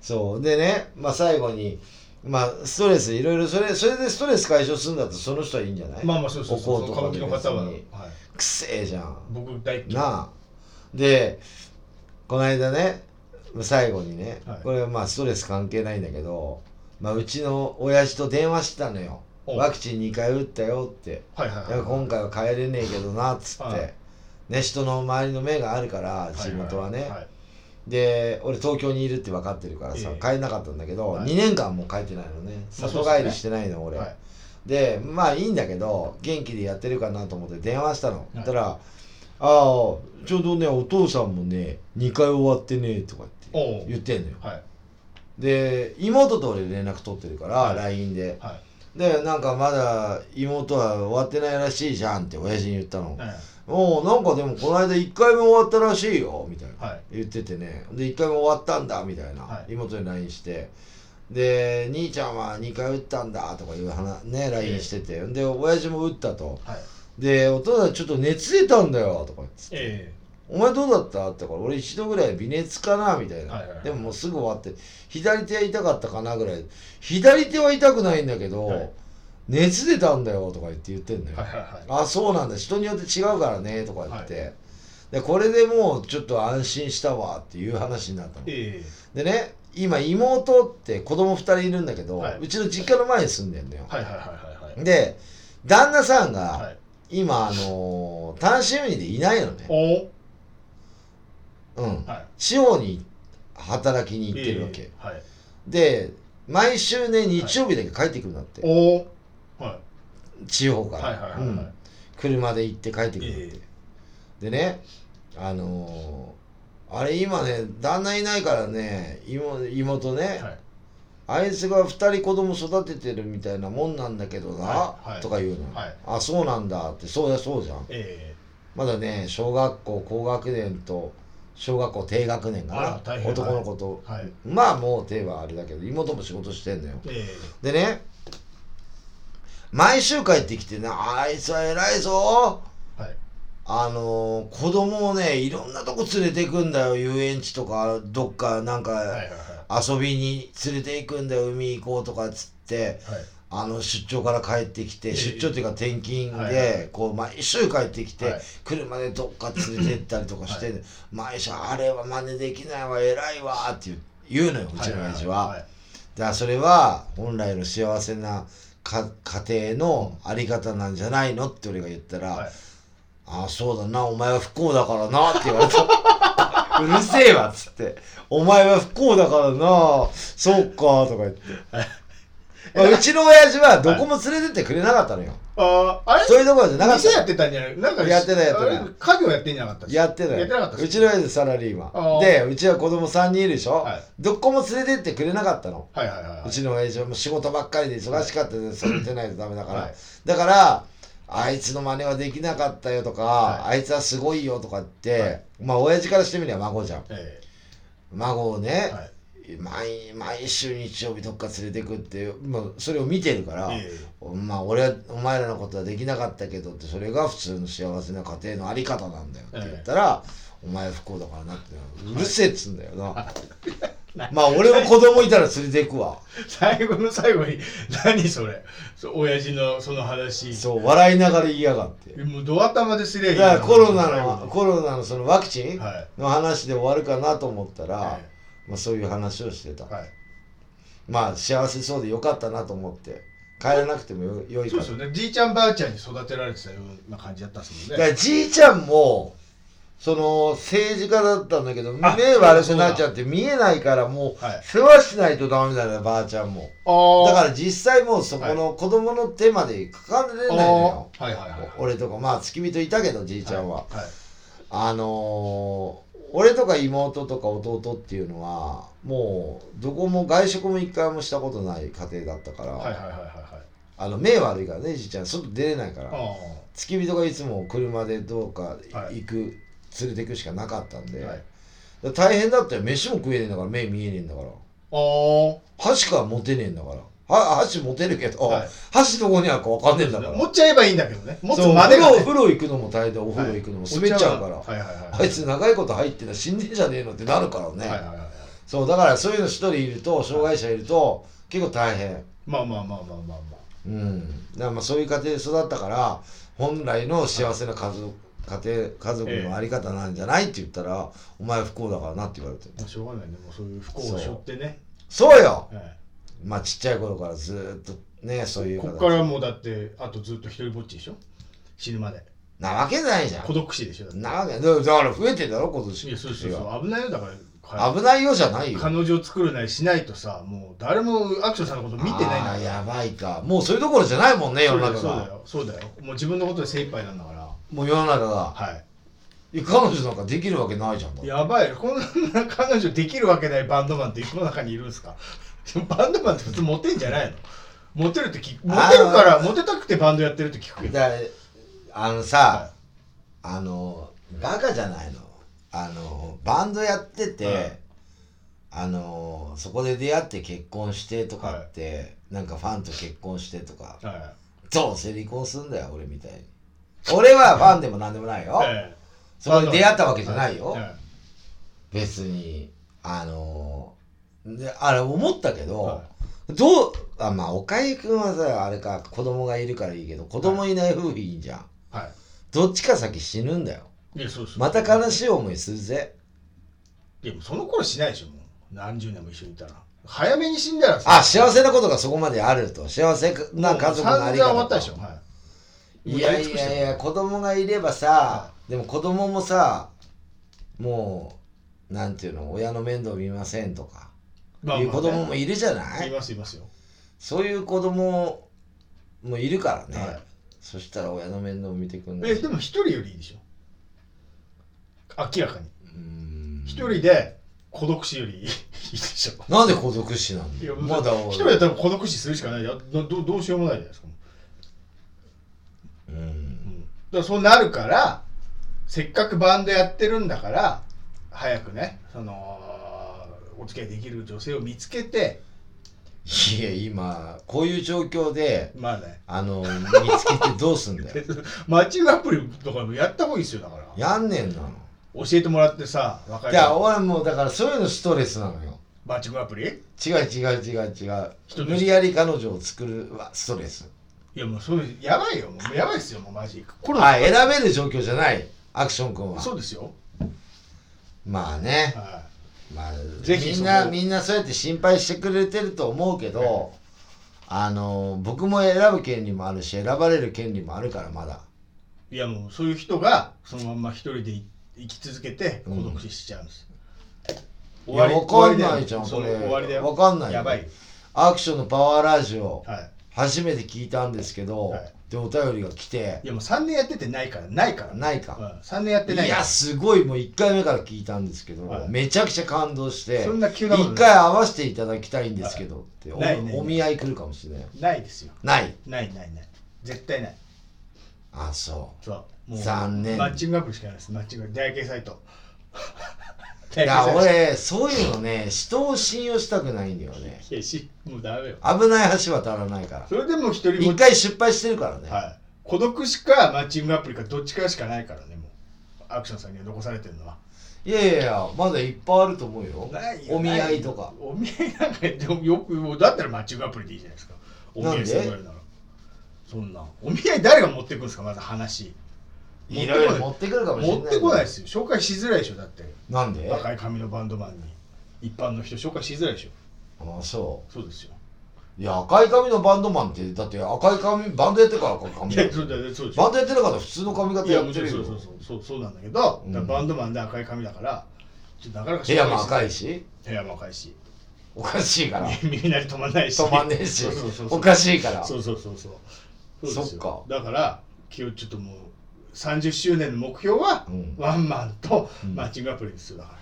A: そうでね、まあ、最後に、まあ、ストレスいろいろそれそれでストレス解消するんだったらその人はいいんじゃない、
B: まあまあそうそうそう
A: お香と
B: 歌
A: か
B: 舞伎の方は、
A: 別
B: はい
A: に、くせえじゃん
B: 僕大嫌い
A: なあでこの間ね最後にね、
B: はい
A: これはまあストレス関係ないんだけど、まあ、うちの親父と電話してたのよ
B: お
A: ワクチン2回打ったよって
B: はいはい
A: いや
B: は
A: 今回は帰れねえけどなっつって、
B: はい
A: ね人の周りの目があるから
B: い
A: 仕事はね、
B: いい
A: で俺東京にいるって分かってるからさ、
B: ええ
A: 帰れなかったんだけど、
B: はい
A: 2年間もう帰ってないのね
B: まあ
A: 里帰りしてないの俺、
B: はい
A: でまあいいんだけど元気でやってるかなと思って電話したの、
B: い
A: だたら「ああちょうどねお父さんもね2回終わってね」とか言っ
B: お
A: て
B: う
A: 言ってんのよ
B: はい
A: で妹と俺連絡取ってるから、
B: はい
A: LINE で
B: はい
A: でなんかまだ妹は終わってないらしいじゃんって親父に言ったの、
B: え
A: おうなんかでもこの間1回も終わったらしいよみたいな、
B: はい
A: 言っててねで1回も終わったんだみたいな、
B: はい
A: 妹に LINE してで兄ちゃんは2回打ったんだとかいう話ね LINE してて、で親父も打ったと
B: えはい
A: でお父さんちょっと熱出たんだよとか言ってて
B: え
A: お前どうだったって言ったから俺一度ぐらい微熱かなみたいな、
B: はいはいはい
A: でももうすぐ終わって左手は痛かったかなぐらい左手は痛くないんだけど、
B: はい
A: 熱出たんだよとか言って言ってんの
B: え
A: よ、
B: はいはいはい
A: あそうなんだ人によって違うからねとか言って、でこれでもうちょっと安心したわっていう話になったの
B: え
A: でね今妹って子供2人いるんだけど、
B: はいう
A: ちの実家の前に住んでんのよ
B: え、はいはいはいはい
A: で旦那さん
B: はいは
A: が
B: い
A: 今、あのー単身赴任でいないのね、
B: おう
A: うん、
B: は
A: 地方に働きに
B: い
A: 行ってるわけ、
B: ええはい
A: で毎週ね日曜日だけ帰ってくるんだって、
B: おうは
A: 地方か
B: い
A: ら、
B: はいはいはい
A: うん
B: はい
A: 車で行って帰ってくるって、で
B: え
A: ねあのーあれ今ね旦那いないからね妹妹ね、
B: はい
A: あいつが2人子供育ててるみたいなもんなんだけどな、
B: はいはい
A: とか言うの、
B: はい
A: あそうなんだってそうだそうじゃん
B: え
A: まだね小学校高学年と小学校低学年
B: あら
A: か
B: 大
A: な
B: 変
A: 男の子と、
B: はい
A: まあもう手はあれだけど妹も仕事してんのよ
B: え
A: でね毎週帰ってきてなあいつは偉いぞ
B: えはい
A: あのー子供をねいろんなとこ連れて行くんだよ遊園地とかどっかなん
B: はい
A: か
B: はいは
A: 遊びに連れて行くんだよ海行こうとかっつって
B: いはい
A: あの出張から帰ってきて
B: ええ
A: 出張っていうか転勤
B: はいは
A: でこう毎週帰ってきて
B: はい
A: 車でどっか連れて行ったりとかして毎週あれは真似できないわ偉いわって言う言うのようちの親父は。
B: い
A: だからそれは本来の幸せなか家庭のあり方なんじゃないのって俺が言ったら、
B: はい
A: ああそうだなお前は不幸だからなって 言われたうるせえわっつってお前は不幸だからなそうかとか言っ て、まあ、うちの親父はどこも連れてってくれなかったのよ、
B: あああれ
A: そういうところじゃなかった
B: 店やってたんじゃないなんか
A: やってないやってない
B: あれ家業やってんじゃなかったっす
A: やってたよ
B: やってなかったっす
A: うちの親父サラリー
B: あ
A: マ
B: あ
A: ンでうちは子供3人いるでしょ、
B: はい
A: どこも連れてってくれなかったの
B: はいはいはいは
A: う
B: い
A: ちの親父はもう仕事ばっかりで忙しかったです、それ出ないとダメだから、
B: はい
A: だからあいつの真似はできなかったよとか、
B: は
A: あいつはすごいよとかって、
B: はい
A: まあ親父からしてみれば孫じゃん
B: え
A: 孫を
B: え
A: ね、
B: はい
A: 毎毎週日曜日どっか連れてくって、まあ、それを見てるから、
B: え
A: まあ俺はお前らのことはできなかったけどってそれが普通の幸せな家庭のあり方なんだよって言ったら、お前不幸だからなってうるせえっつうんだよな、まあ俺も子供いたら連れて行くわ
B: え最後の最後に何それそ親父のその話
A: そう笑いながら言いやがって
B: もうドア玉ですりゃい
A: だ
B: い
A: からコロナ
B: 最後
A: の
B: に
A: コロナのそのワクチン
B: は
A: の話で終わるかなと思ったら、
B: は
A: まあ、そういう話をしてた、
B: いはい
A: まあ幸せそうでよかったなと思って帰らなくてもよよい
B: そ
A: か
B: うで
A: ら
B: すよねじいちゃんばあちゃんに育てられてたような感じだったっす
A: だ
B: もん
A: か
B: ね
A: らじいちゃんもその政治家だったんだけど目
B: あ
A: 悪くなっちゃって見えないからもう
B: はい
A: 世話しないとダメだねばあちゃんも
B: あ
A: だから実際もうそこの子供の手までかかんでないのよ
B: あーはいはいはい
A: お俺とかまあ付き人いたけどじいちゃんは、
B: はい
A: あのー俺とか妹とか弟っていうのはもうどこも外食も一回もしたことない家庭だったから、
B: はいはいはいはいはい
A: あの目悪いからねじいちゃん外出れないか
B: あ
A: ら
B: あ
A: 付き人がいつも車でどうか
B: はい
A: 行く、連れて行くしかなかったんで、
B: は
A: だ
B: い
A: から大変だったよ飯も食えねえんだから目見えねえんだから
B: あー
A: 箸か持てねえんだからは箸持てるけど、
B: はい
A: 箸どこにあるか分かんねえんだから
B: 持っちゃえばいいんだけどね持つ
A: そうお
B: まで
A: 風
B: が
A: 呂お
B: ね
A: 風呂行くのも大変でお風呂行くのも滑っちゃうから、
B: はいはいはい
A: あいつ長いこと入ってたら死んでんじゃねえのってなるからね、
B: はいはいはいはい
A: そうだからそういうの一人いると障害者いると結構大変
B: まあまあまあまあまあま
A: うんだからまあそういう家庭で育ったから本来の幸せな家族家庭家族のあり方なんじゃないって言ったら、お前不幸だからなって言われて
B: あもうしょうがないねもうそういう不幸を背負ってね
A: そうよ
B: はい
A: まあちっちゃい頃からずーっとねそういう
B: こ
A: 形
B: っからもうだってあとずっと一人ぼっちでしょ死ぬまで
A: なわけないじゃ
B: 孤
A: ん
B: 独死でしょだって
A: なわけだだから増えてんだろ今年
B: いやそうそうそう危ないよだから
A: 危ないようじゃないよ
B: 彼女を作るなりしないとさもう誰もアクションさんのこと見てないんだ
A: あ
B: か
A: ー
B: ら
A: やばいかもうそれどころじゃないもんね世
B: そうだ
A: の
B: よ
A: 中
B: そうだ
A: が
B: よそうだよもう自分のことで精一杯なんだから
A: もう世の中が
B: はい
A: や彼女なんかできるわけないじゃんだっ
B: い
A: て
B: やばいよこんな彼女できるわけないバンドマンって世の中にいるんですか バンドマンって普通モテんじゃないのモテるって聞くモテるからモテたくてバンドやってるって聞くけど
A: だあのさ、あのバカじゃないのあのバンドやってて、
B: はい
A: あのそこで出会って結婚してとかって、なんかファンと結婚してとか
B: は
A: どうせ離婚すんだよ俺みたいに俺はファンでもなんでもないよ、
B: いええ
A: そこで出会ったわけじゃないよ、
B: はいはい
A: 別にあのであれ思ったけど、
B: は
A: どうあまあ岡井君はさあれか子供がいるからいいけど子供いない夫婦いいんじゃん、
B: は
A: どっちか先死ぬんだよ
B: いいやそうそう
A: また悲しい思いするぜ
B: いやもうその頃しないでしょもう何十年も一緒にいたら早めに死んだらさ
A: あ幸せなことがそこまであると幸せな家族のあり
B: もう散々終わ
A: 方
B: った
A: と
B: でしょはい
A: いやいやいや子供がいれば
B: は
A: さでも子供もさもうなんていうの親の面倒見ませんとか
B: まあまあ
A: い
B: ね
A: う子供もいるじゃない
B: いますいますよ
A: そういう子供もいるからね、
B: はい
A: そしたら親の面倒を見てくんない
B: えでも一人よりいいでしょ明らかに
A: うーん
B: 一人で孤独死よりいいでしょ
A: なんで孤独死なん
B: い
A: だ
B: や
A: よまだ
B: 一人だったら孤独死するしかないよどどどうしようもないじゃないですか、
A: う
B: うんんだからそうなるからせっかくバンドやってるんだから早くねそのお付き合いできる女性を見つけて
A: いや今こういう状況で
B: まあね
A: あの見つけてどうすんだよ
B: マッチングアプリとかもやった方がいいですよだから
A: やんねんなの
B: 教えてもらってさ若い
A: いや俺もうだからそういうのストレスなのよ
B: マッチングアプリ
A: 違う違う違う違う
B: 人
A: 無
B: の
A: 理やり彼女を作るはストレス
B: いやもうそれやばいよもうやばいですよもうマジこれ
A: あ選べる状況じゃないアクション君は
B: そうですよ、
A: まあね
B: は
A: まあ、
B: ぜ
A: み
B: ひ
A: んな
B: そこ
A: みんなそうやって心配してくれてると思うけど、あの僕も選ぶ権利もあるし選ばれる権利もあるからまだ
B: い、いやもうそういう人がそのまんま一人でい生き続けて孤独死しちゃうんです、
A: いやわかん
B: だよ
A: ないじゃん
B: そ
A: こ
B: う
A: れ
B: 終わりだよ
A: わかんないよ
B: やばい
A: アクションのパワーラジオ
B: はい
A: 初めて聞いたんですけど、
B: はい
A: でお便りが来て
B: いやもう3年やっててないからないから
A: ない
B: うん
A: か、
B: 3年やってない
A: い
B: から
A: やすごいもう1回目から聞いたんですけど、
B: はい
A: めちゃくちゃ感動して
B: そんな急なこと
A: 1回会わせていただきたいんですけどってお,、
B: ないないない
A: お見合い来るかもしれない
B: ないですよ
A: ない
B: ないないない絶対ない
A: あそ
B: そう
A: 残念
B: マッチングアプリしかないですマッチングアプリ出会い系サイト
A: ういや俺そういうのね人を信用したくないんだよね
B: いやしもうダメよ
A: 危ない橋渡らないから
B: それでも一人
A: 一
B: も
A: 回失敗してるからね、、
B: はい、孤独しかマッチングアプリかどっちかしかないからねもうアクションさんには残されてるのはい
A: やいやいやまだいっぱいあると思うよ
B: ないよ
A: お見合いとか
B: お見合いなんかでもよくもうだったらマッチングアプリでいいじゃないですかお見合いしてもらえるならそんなお見合い誰が持ってくるんですかまず話
A: いろいろ持ってくるかもしれ
B: 持
A: ない
B: ってこないですよ紹介しづらいでしょだって
A: なんで
B: 若い髪のバンドマンに一般の人紹介しづらいでしょ
A: あそ
B: そうですよ
A: ういや赤い髪のバンドマンってだって赤い髪バンドやってるから赤い
B: い
A: 髪
B: やそうだよそうでし
A: バ
B: ょ
A: ンドやってなかったら普通の髪型
B: いや
A: や
B: も
A: っ
B: ち
A: て
B: ろん
A: るよ
B: そうそうそうそうそうなんだけど、
A: うん
B: だからバンドマンで赤い髪だからちょっとなかなか
A: 部屋も赤
B: い
A: いし
B: 部屋も赤いし
A: おかしいから
B: 耳鳴り止まんないし
A: 止まんねえし
B: そうそうそうそう
A: おかしいから
B: そうそうそうそううですよ
A: そっ
B: だから今日ちょっともう30周年の目標は、
A: うん
B: ワンマンと
A: うん
B: マッチングアプリですよだから、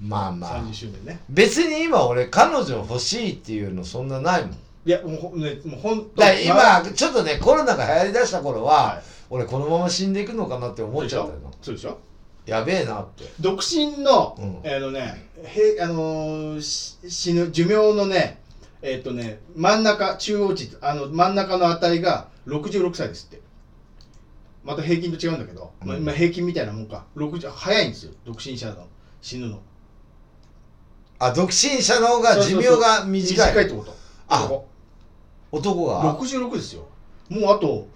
A: まあまあ
B: 30周年ね
A: 別に今俺彼女欲しいっていうのそんなないもん
B: いやもうほねもう本当
A: だから今、ちょっとねコロナが流行りだした頃は、
B: はい
A: 俺このまま死んでいくのかなって思っちゃったの
B: そうでしょ
A: やべえなって
B: 独身の、
A: うん
B: あのね、へあのーし死ぬ寿命のね、えっ、とね、真ん中中央値あの真ん中の値が66歳ですって。また平均と違うんだけど、まあ
A: うん
B: まあ平均みたいなもんか、60早いんですよ、独身者の死ぬの。
A: あ独身者の方が寿命が短い
B: 短いってこと。
A: あ
B: こ
A: 男
B: こ
A: が
B: 66ですよ。もうあと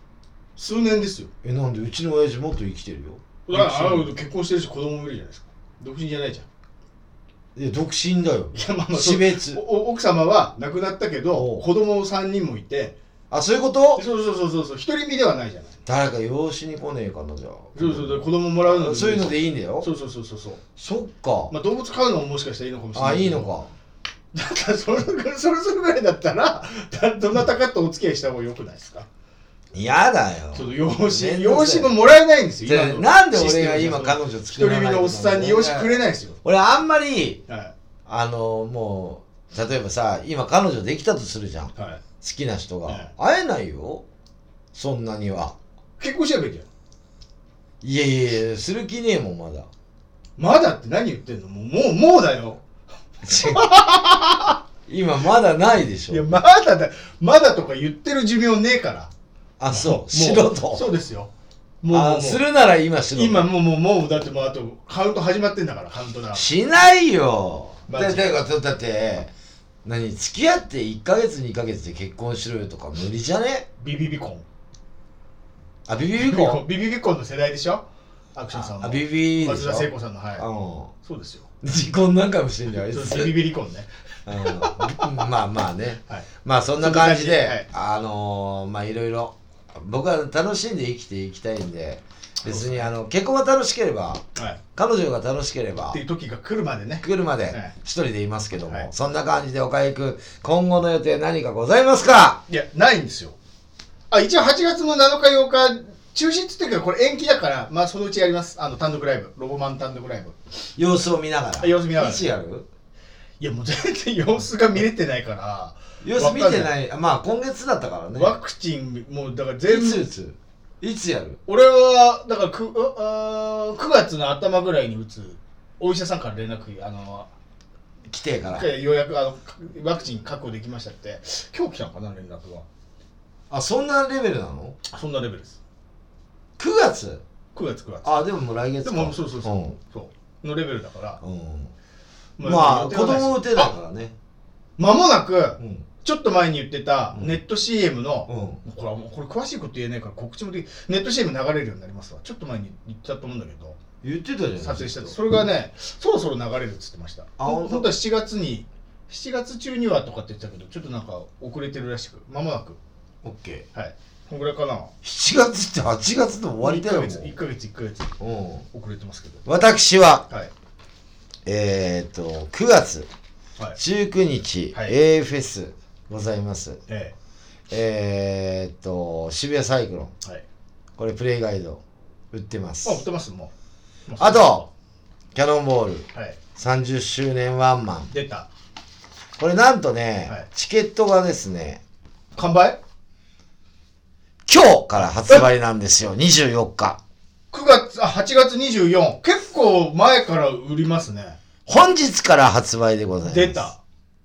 B: 数年ですよ。
A: えなんでうちの親父もっと生きてるよ
B: だからあの結婚してるし子供もいるじゃないですか。独身じゃないじゃん。
A: いや独身だよ
B: いやまあまあそう
A: 死別
B: おお奥様は亡くなったけ
A: お
B: ど
A: う
B: 子供三人もいて
A: あそういうこと
B: そうそうそうそうそう独り身ではないじゃない
A: 誰か養子に来ねえかなじゃあ
B: そうそうそう子供もらうの
A: そういうので
B: い
A: いいんだよ
B: そうそうそうそうそう
A: そっか、
B: まあ動物飼うのももしかしたらいいのかもしれない
A: あいいの
B: か
A: か
B: だからそれ それそれぐらいだったら だどなたかとお付き合いした方がよくないですか
A: 嫌だよ
B: ちょっと養
A: めん
B: 子
A: ど
B: 養
A: くさ
B: 子
A: い
B: ももらえないんです
A: じ
B: よ
A: ゃあ
B: 今の
A: なんで
B: シス
A: 俺
B: テ
A: が
B: ムじゃ
A: 今彼女作
B: 独り
A: ら
B: 身
A: ない
B: のおっさんに養子くれ
A: い
B: ないですよ
A: 俺あんまり
B: は
A: あのもう例えばさ今彼女できたとするじゃん好
B: いはい
A: きな人が、
B: はい
A: 会えないよそんなには
B: 結婚しちゃえばいいじゃん
A: いやいやいやする気ねえもんま だ
B: まだって何言ってんのもうもうもうだよ
A: 今まだないでし
B: いや
A: ょ
B: まだだまだとか言ってる寿命ねえから
A: あそうしろ
B: 素人
A: と
B: そうですよもうもう
A: あするなら今しろと
B: 今もうもうもうだってもうあとカウント始まってんだからカウントだ
A: しないよ
B: マ
A: だ
B: ジ
A: だだだって何付き合って1ヶ月2ヶ月で結婚しろよとか無理じゃね
B: ビビビコン
A: あビビビ コン
B: ビビビコンの世代でしょアクションさん
A: あ
B: の
A: ビビビで
B: 松
A: し
B: 田聖
A: ょ
B: 子さんのはい
A: うん
B: そうですよ
A: 離婚なんかもしれんじゃないです
B: ビビビリコンね
A: まあまあね
B: はい
A: まあそんな感じで
B: そんな感じ
A: あのーまあいろいろ僕は楽しんで生きていきたいんで別にあの結婚が楽しければ
B: はい
A: 彼女が楽しければ
B: っていう時が来るまでね
A: 来るまで
B: はい
A: 一人でいますけども、
B: はい
A: そんな感じで岡井君今後の予定何かございますか
B: いやないんですよあ一応8月の7日8日中止っつってるけどこれ延期だからまあそのうちやりますあの単独ライブロボマン単独ライブ
A: 様子を見ながら
B: 様子見ながら
A: いつやる
B: いやもう全然様子が見れてないから
A: 様子見て
B: わかん
A: ないあまあ今月だったからね
B: ワクチンもうだから
A: い
B: 全
A: つ
B: 部
A: 打ついつやる
B: 俺はだからくうあー9月の頭ぐらいに打つお医者さんから連絡あの
A: 来てから。
B: ようやくあのワクチン確保できましたって今日来たのかな連絡は
A: あ、そんなレベルなの
B: そんなレベルです
A: ?9 月
B: 9月9月
A: あ、でももう来月
B: で
A: か。
B: もそうそうそう、そうのレベルだから
A: う。うん。まあ、子供打てだからね。
B: まもなく
A: うん。
B: ちょっと前に言ってた
A: うん
B: ネット CM の、
A: うん。
B: これはもうこれ詳しいこと言えないから告知もできネット CM 流れるようになりますわちょっと前に言ったと思うんだけど
A: 言ってたじゃん。
B: 撮影したそれがねそろそろ流れるっつってました
A: あ
B: ほん
A: 本当
B: 本当は7月に7月中にはとかって言ってたけどちょっとなんか遅れてるらしくまもなく
A: オッケ
B: はいこんぐらいかな
A: ー。7月って8月の終わりだよ、も
B: 1ヶ月1ヶ月1ヶ
A: う。うん。
B: 月遅れてますけど
A: 私は、
B: はい
A: えー、っと、9月
B: はい
A: 19日、
B: はい
A: A フェスございます。
B: え
A: えー、っと、渋谷サイクロン。
B: えはい
A: これプレイガイド売ってます
B: あ売ってますもうもう
A: あとキャノンボール
B: はい
A: 30周年ワンマン
B: 出た
A: これなんとね、
B: はい
A: チケットがですね
B: 完売
A: 今日から発売なんですよ24日
B: 9月あ8月24結構前から売りますね
A: 本日から発売でございます
B: 出た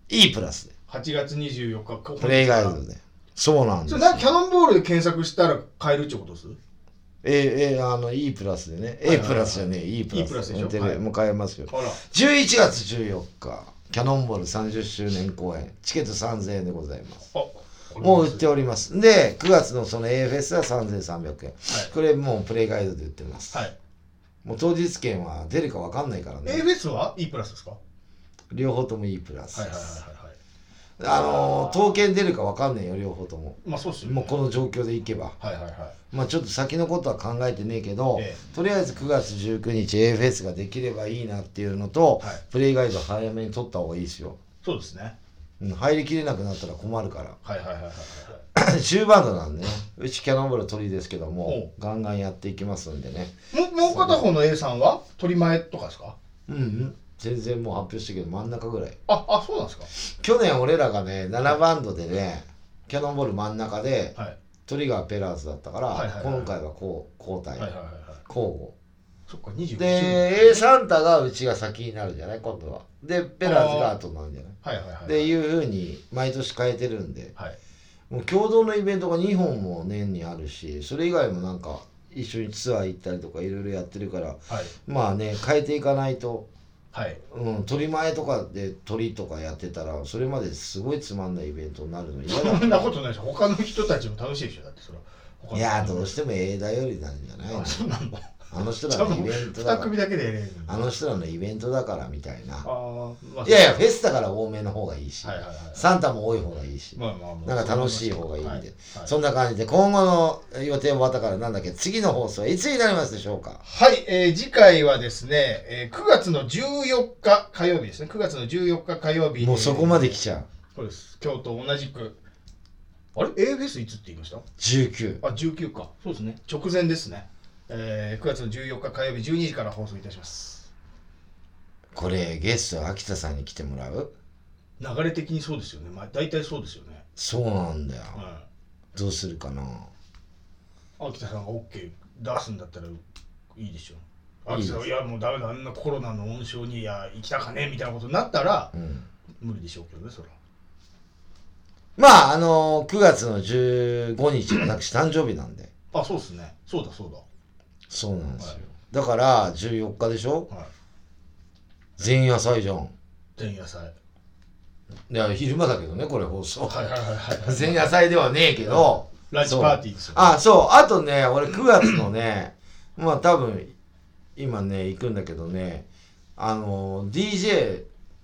A: E プラスで
B: 8月24日
A: プレイガイドでそうなんです
B: そ
A: よ
B: れなんかキャノンボールで検索したら買えるってことです
A: ええあの E プラスでね、
B: はいはいはい
A: A プラスじゃねえ E プラス
B: E プラスでしょ
A: うんテレ
B: はい
A: もう買えますよ
B: あら
A: 11月14日キャノンボール30周年公演チケット3000円でございます
B: あ
A: もう売って
B: は
A: おります。で、9月のその A フェスは3300円。これもうプレイガイドで売ってます。
B: い、はい、
A: もう当日券は出るか分かんないから
B: A
A: ね。
B: フェスは E プラスですかは
A: 両方とも E プラス
B: いはい
A: で
B: はい
A: す。
B: はいは
A: あ
B: い
A: のー、統計出るか分かんないよ、両方とも。
B: まあそうっすよ、ね、
A: もうこの状況でいけば。
B: はいはいは
A: まあちょっと先のことは考えてねえけど、
B: え
A: とりあえず9月19日 A フェスができればいいなっていうのと、
B: はい
A: プレイガイド早めに取った方がいいですよ。
B: そうですね
A: うん入りきれなくなったら困る から。
B: はいはいはいはいはい
A: 中バンドなんでね、うちキャノンボール鳥ですけど
B: お
A: も、ガンガンやっていきますんでね。
B: もうもう片方の A さんは取り前とかですか
A: うんうん全然もう発表してるけど真ん中ぐらい
B: ああそうなんです
A: 去年俺らがね7バンドでねキャノンボール真ん中で
B: かはい
A: トリガーペラーズだったから、
B: はいはいはい
A: 今回はこう交代、
B: はいはいはいはい
A: 交
B: そっか25周
A: 互
B: 年
A: で A サンタがうちが先になるんじゃない今度はでペラーズが後なんじゃない
B: はいはいはいはい
A: っていうふうに毎年変えてるんで
B: はい
A: もう共同のイベントが2本も年にあるしそれ以外もなんか一緒にツアー行ったりとかいろいろやってるから
B: はい
A: まあね変えていかないと
B: はい
A: うん、鳥前とかで鳥とかやってたらそれまですごいつまんないイベントになるの嫌だ
B: そんなことないでしょ他の人たちも楽しいでしょだってそれは他の
A: いやどうしても映画よりなんじゃないの
B: あそうなの
A: あの人ら
B: じゃあ
A: の
B: も
A: イ
B: う
A: ベント
B: 2
A: だか
B: 組
A: ら
B: だけでやれる
A: あの人らのイベントだからみたい
B: あ
A: な
B: ーまあ
A: いやいやフェスだから多めの方がいいし、
B: はいはいはい
A: サンタも多い方がいいし、
B: まあまあまあ
A: なんか楽しい方がいいんで、
B: はいはい
A: そんな感じで今後の予定はだからなんだっけ次の放送はいつになりますでしょうか
B: はい、えー次回はですね、えー9月の14日火曜日ですね、9月の14日火曜日、
A: もうそこまで来
B: え
A: ちゃう
B: ーそうです、今日と同じく、あれ、A フェスいつって言いました
A: 19
B: あ、19か、そうですね、直前ですね、えー9月の14日火曜日、12時から放送いたします。
A: これゲスト秋田さんに来てもらう
B: 流れ的にそうですよね、まあ、大体そうですよね、
A: そうなんだよ
B: は、
A: どうするかない
B: 秋田さんが OK 出すんだったらいいでしょう。
A: いい
B: 秋
A: です
B: 田さん、いや、もうダメだ、あんなコロナの温床に、いや、行きたかねえみたいなことになったら、
A: うん
B: 無理でしょうけどね、それは。
A: まあ、あの9月の15日、私誕生日なんで。
B: あ、そうですね、そうだ、そうだ。
A: そうなんですよ。
B: はい
A: だから、14日でしょ
B: はい、
A: 全員野菜じゃん。
B: 前夜祭。はい
A: いや、昼間だけどね、これ放送。
B: はいはいはい。
A: 全員野菜ではねえけど。
B: ランチパーティーですよ。
A: あ、そう。あとね、俺9月のね、 まあ多分、今ね、行くんだけどね、あの、DJ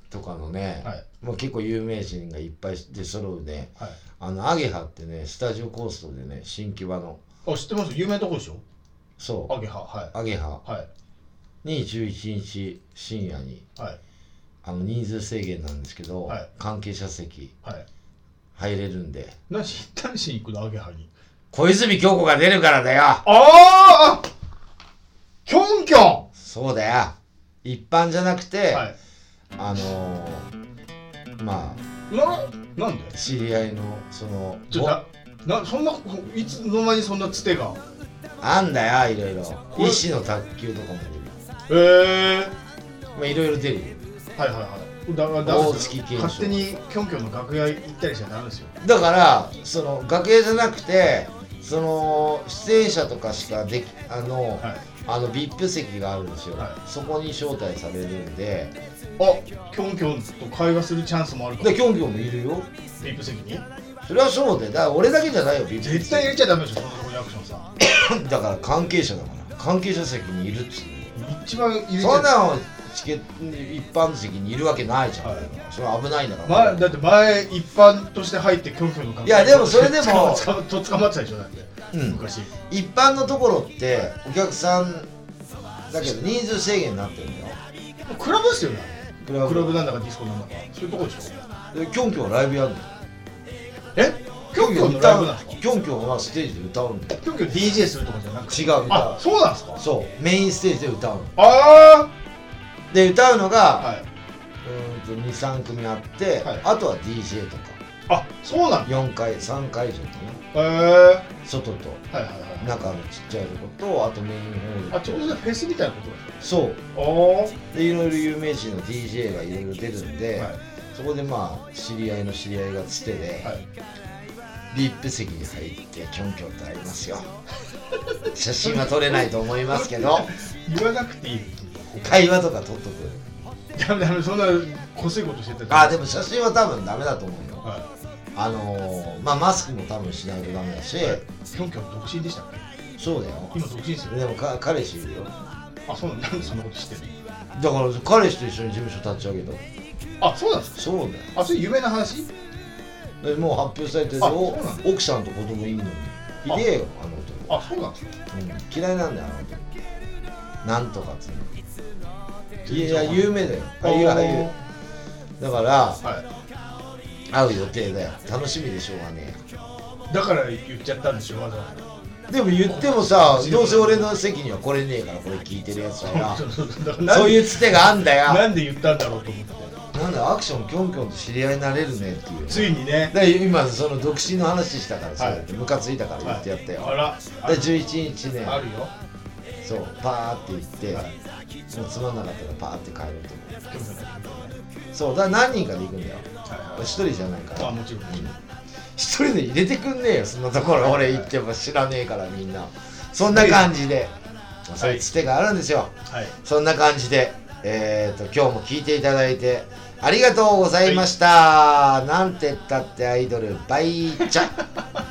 A: とかのね、
B: はい
A: もう結構有名人がいっぱいで揃うね、
B: はい。
A: あの、アゲハってね、スタジオコーストでね、新木場の、
B: あ、知ってます有名なとこでしょ
A: そ
B: アゲハ。は
A: う、アゲハ。
B: い。はい。
A: に11日深夜に
B: はい。
A: あの人数制限なんですけど、
B: はい
A: 関係者席
B: はい。
A: 入れるんで
B: 何し、何しに行くのアゲハに。
A: 小泉京子が出るからだよ
B: あーあキョンキョンは
A: そうだよ一般じゃなくて、
B: い。
A: あのー、ま
B: な、なんで
A: あ知り合いのその
B: ちょ、
A: ぼ
B: な、な、そんな、いつの間にそんなつてが。
A: あんだよいろいろ
B: れ
A: 医師の卓球とかも出る
B: えー、
A: まあいろいろ出るよ
B: はいはいはいだからだから
A: 大月健章
B: 勝手にキョンキョンの楽屋行ったりしちゃダメですよ
A: だからその楽屋じゃなくてその出演者とかしかできあの、
B: はい
A: あの VIP 席があるんですよ、
B: は
A: そこに招待されるんで
B: あキョンキョンと会話するチャンスもあるか
A: で
B: ら
A: キョンキョンもいるよ
B: リップ席に
A: それはそうでだから俺だけじゃないよ VIP 席
B: 絶対入れちゃダメでしょそんなとこにアクションさ
A: だから関係者だから関係者席にいるっつって
B: 一番入れちゃ
A: そんなのチケット一般席にいるわけないじゃん、
B: はい
A: それは危ないんだから、
B: 前だって前一般として入ってキョンキョンの楽
A: いやでもそれでも
B: 捕ま捕まと捕まってたでしょだって、
A: うん
B: 昔
A: 一般のところってお客さんだけど人数制限になってるんだよ
B: クラブですよね
A: ク
B: ク
A: ラ
B: ラ
A: ブ
B: ブなんだかディスコなんだかそういうとこでしょ
A: でキョンキョンはライブやるの
B: えキョンキョンのライブなんですか
A: キョンキョンはステージで歌うんだよ
B: キョンキョン DJ するとかじゃなくて
A: 違う
B: あ
A: 歌
B: そうなんですか
A: そうメインステージで歌うの
B: あ
A: で歌うのが、
B: あはい、
A: うーんと23組あって、
B: はい
A: あとは DJ とか
B: あそうなんだ
A: 4回3会場かな
B: へえはい
A: 外と
B: はいはい
A: 中のちっちゃいとことあとメインホー
B: あ
A: ル
B: ち
A: と
B: ょうどフェスみたいなことですか
A: そう
B: ああ
A: でいろいろ有名人の DJ がいろいろ出るんで、
B: はい
A: そこでまあ知り合いの知り合いがつてで、
B: はい
A: リップ席に入ってキョンキョンと会いますよ 写真は撮れないと思いますけ ど
B: 言わなくて いい
A: 会話とか撮っとく
B: ダメダメそんなこすいことしてたら
A: あでも写真は多分ダメだと思うよ
B: は
A: あのー、まあマスクも多分しないとダメだし、
B: いキョンキョン独身でしたっけ
A: そうだよ
B: 今独身ですよね
A: でもか彼氏いるよだか
B: あそうなんなんでそんなことしてる
A: ら彼氏と一緒に事務所立ち上げた
B: あそうなんですか
A: そうだよ
B: あそれ有名な話
A: でもう発表されてる
B: あそうなん
A: 奥さんと子供いるのにいねえよあの男
B: あそうなんですか
A: うん嫌いなんだよあのなんとかっつうのいや
B: 全然
A: 有名だよ
B: あー
A: 俳優俳優だから
B: は
A: 会う予定だよ楽しみでしょうがね
B: いだから言っちゃったんでしょわざわざ
A: えでも言ってもさどうせ俺の席には来れねえからこれ聞いてるやつ は
B: そうそうそうだから
A: なそう
B: なんで
A: いうつてがあんだよ
B: なんで言ったんだろうと思って
A: なんだアクションキョンキョンと知り合いになれるねっていう
B: ついにね
A: だから今その独身の話したからさ、
B: はい
A: だってムカついたから言ってやったよ、
B: はいあら
A: で11日ね
B: ああるよ
A: そうパーって行って、
B: はい
A: もうつまんなかったらパーって帰ろうと思
B: キョンキョンだけどね
A: うそうだから何人かで行くんだよ
B: はいはい
A: 一人じゃないから
B: あもちろん
A: うん一人で入れてくんねえよそんなところ俺行っても知らねえからみんなそんな感じで、そういうつてがあるんですよ
B: はい
A: そんな感じでえっ、と今日も聞いていただいてありがとうございました、なんてったってアイドルバイチャ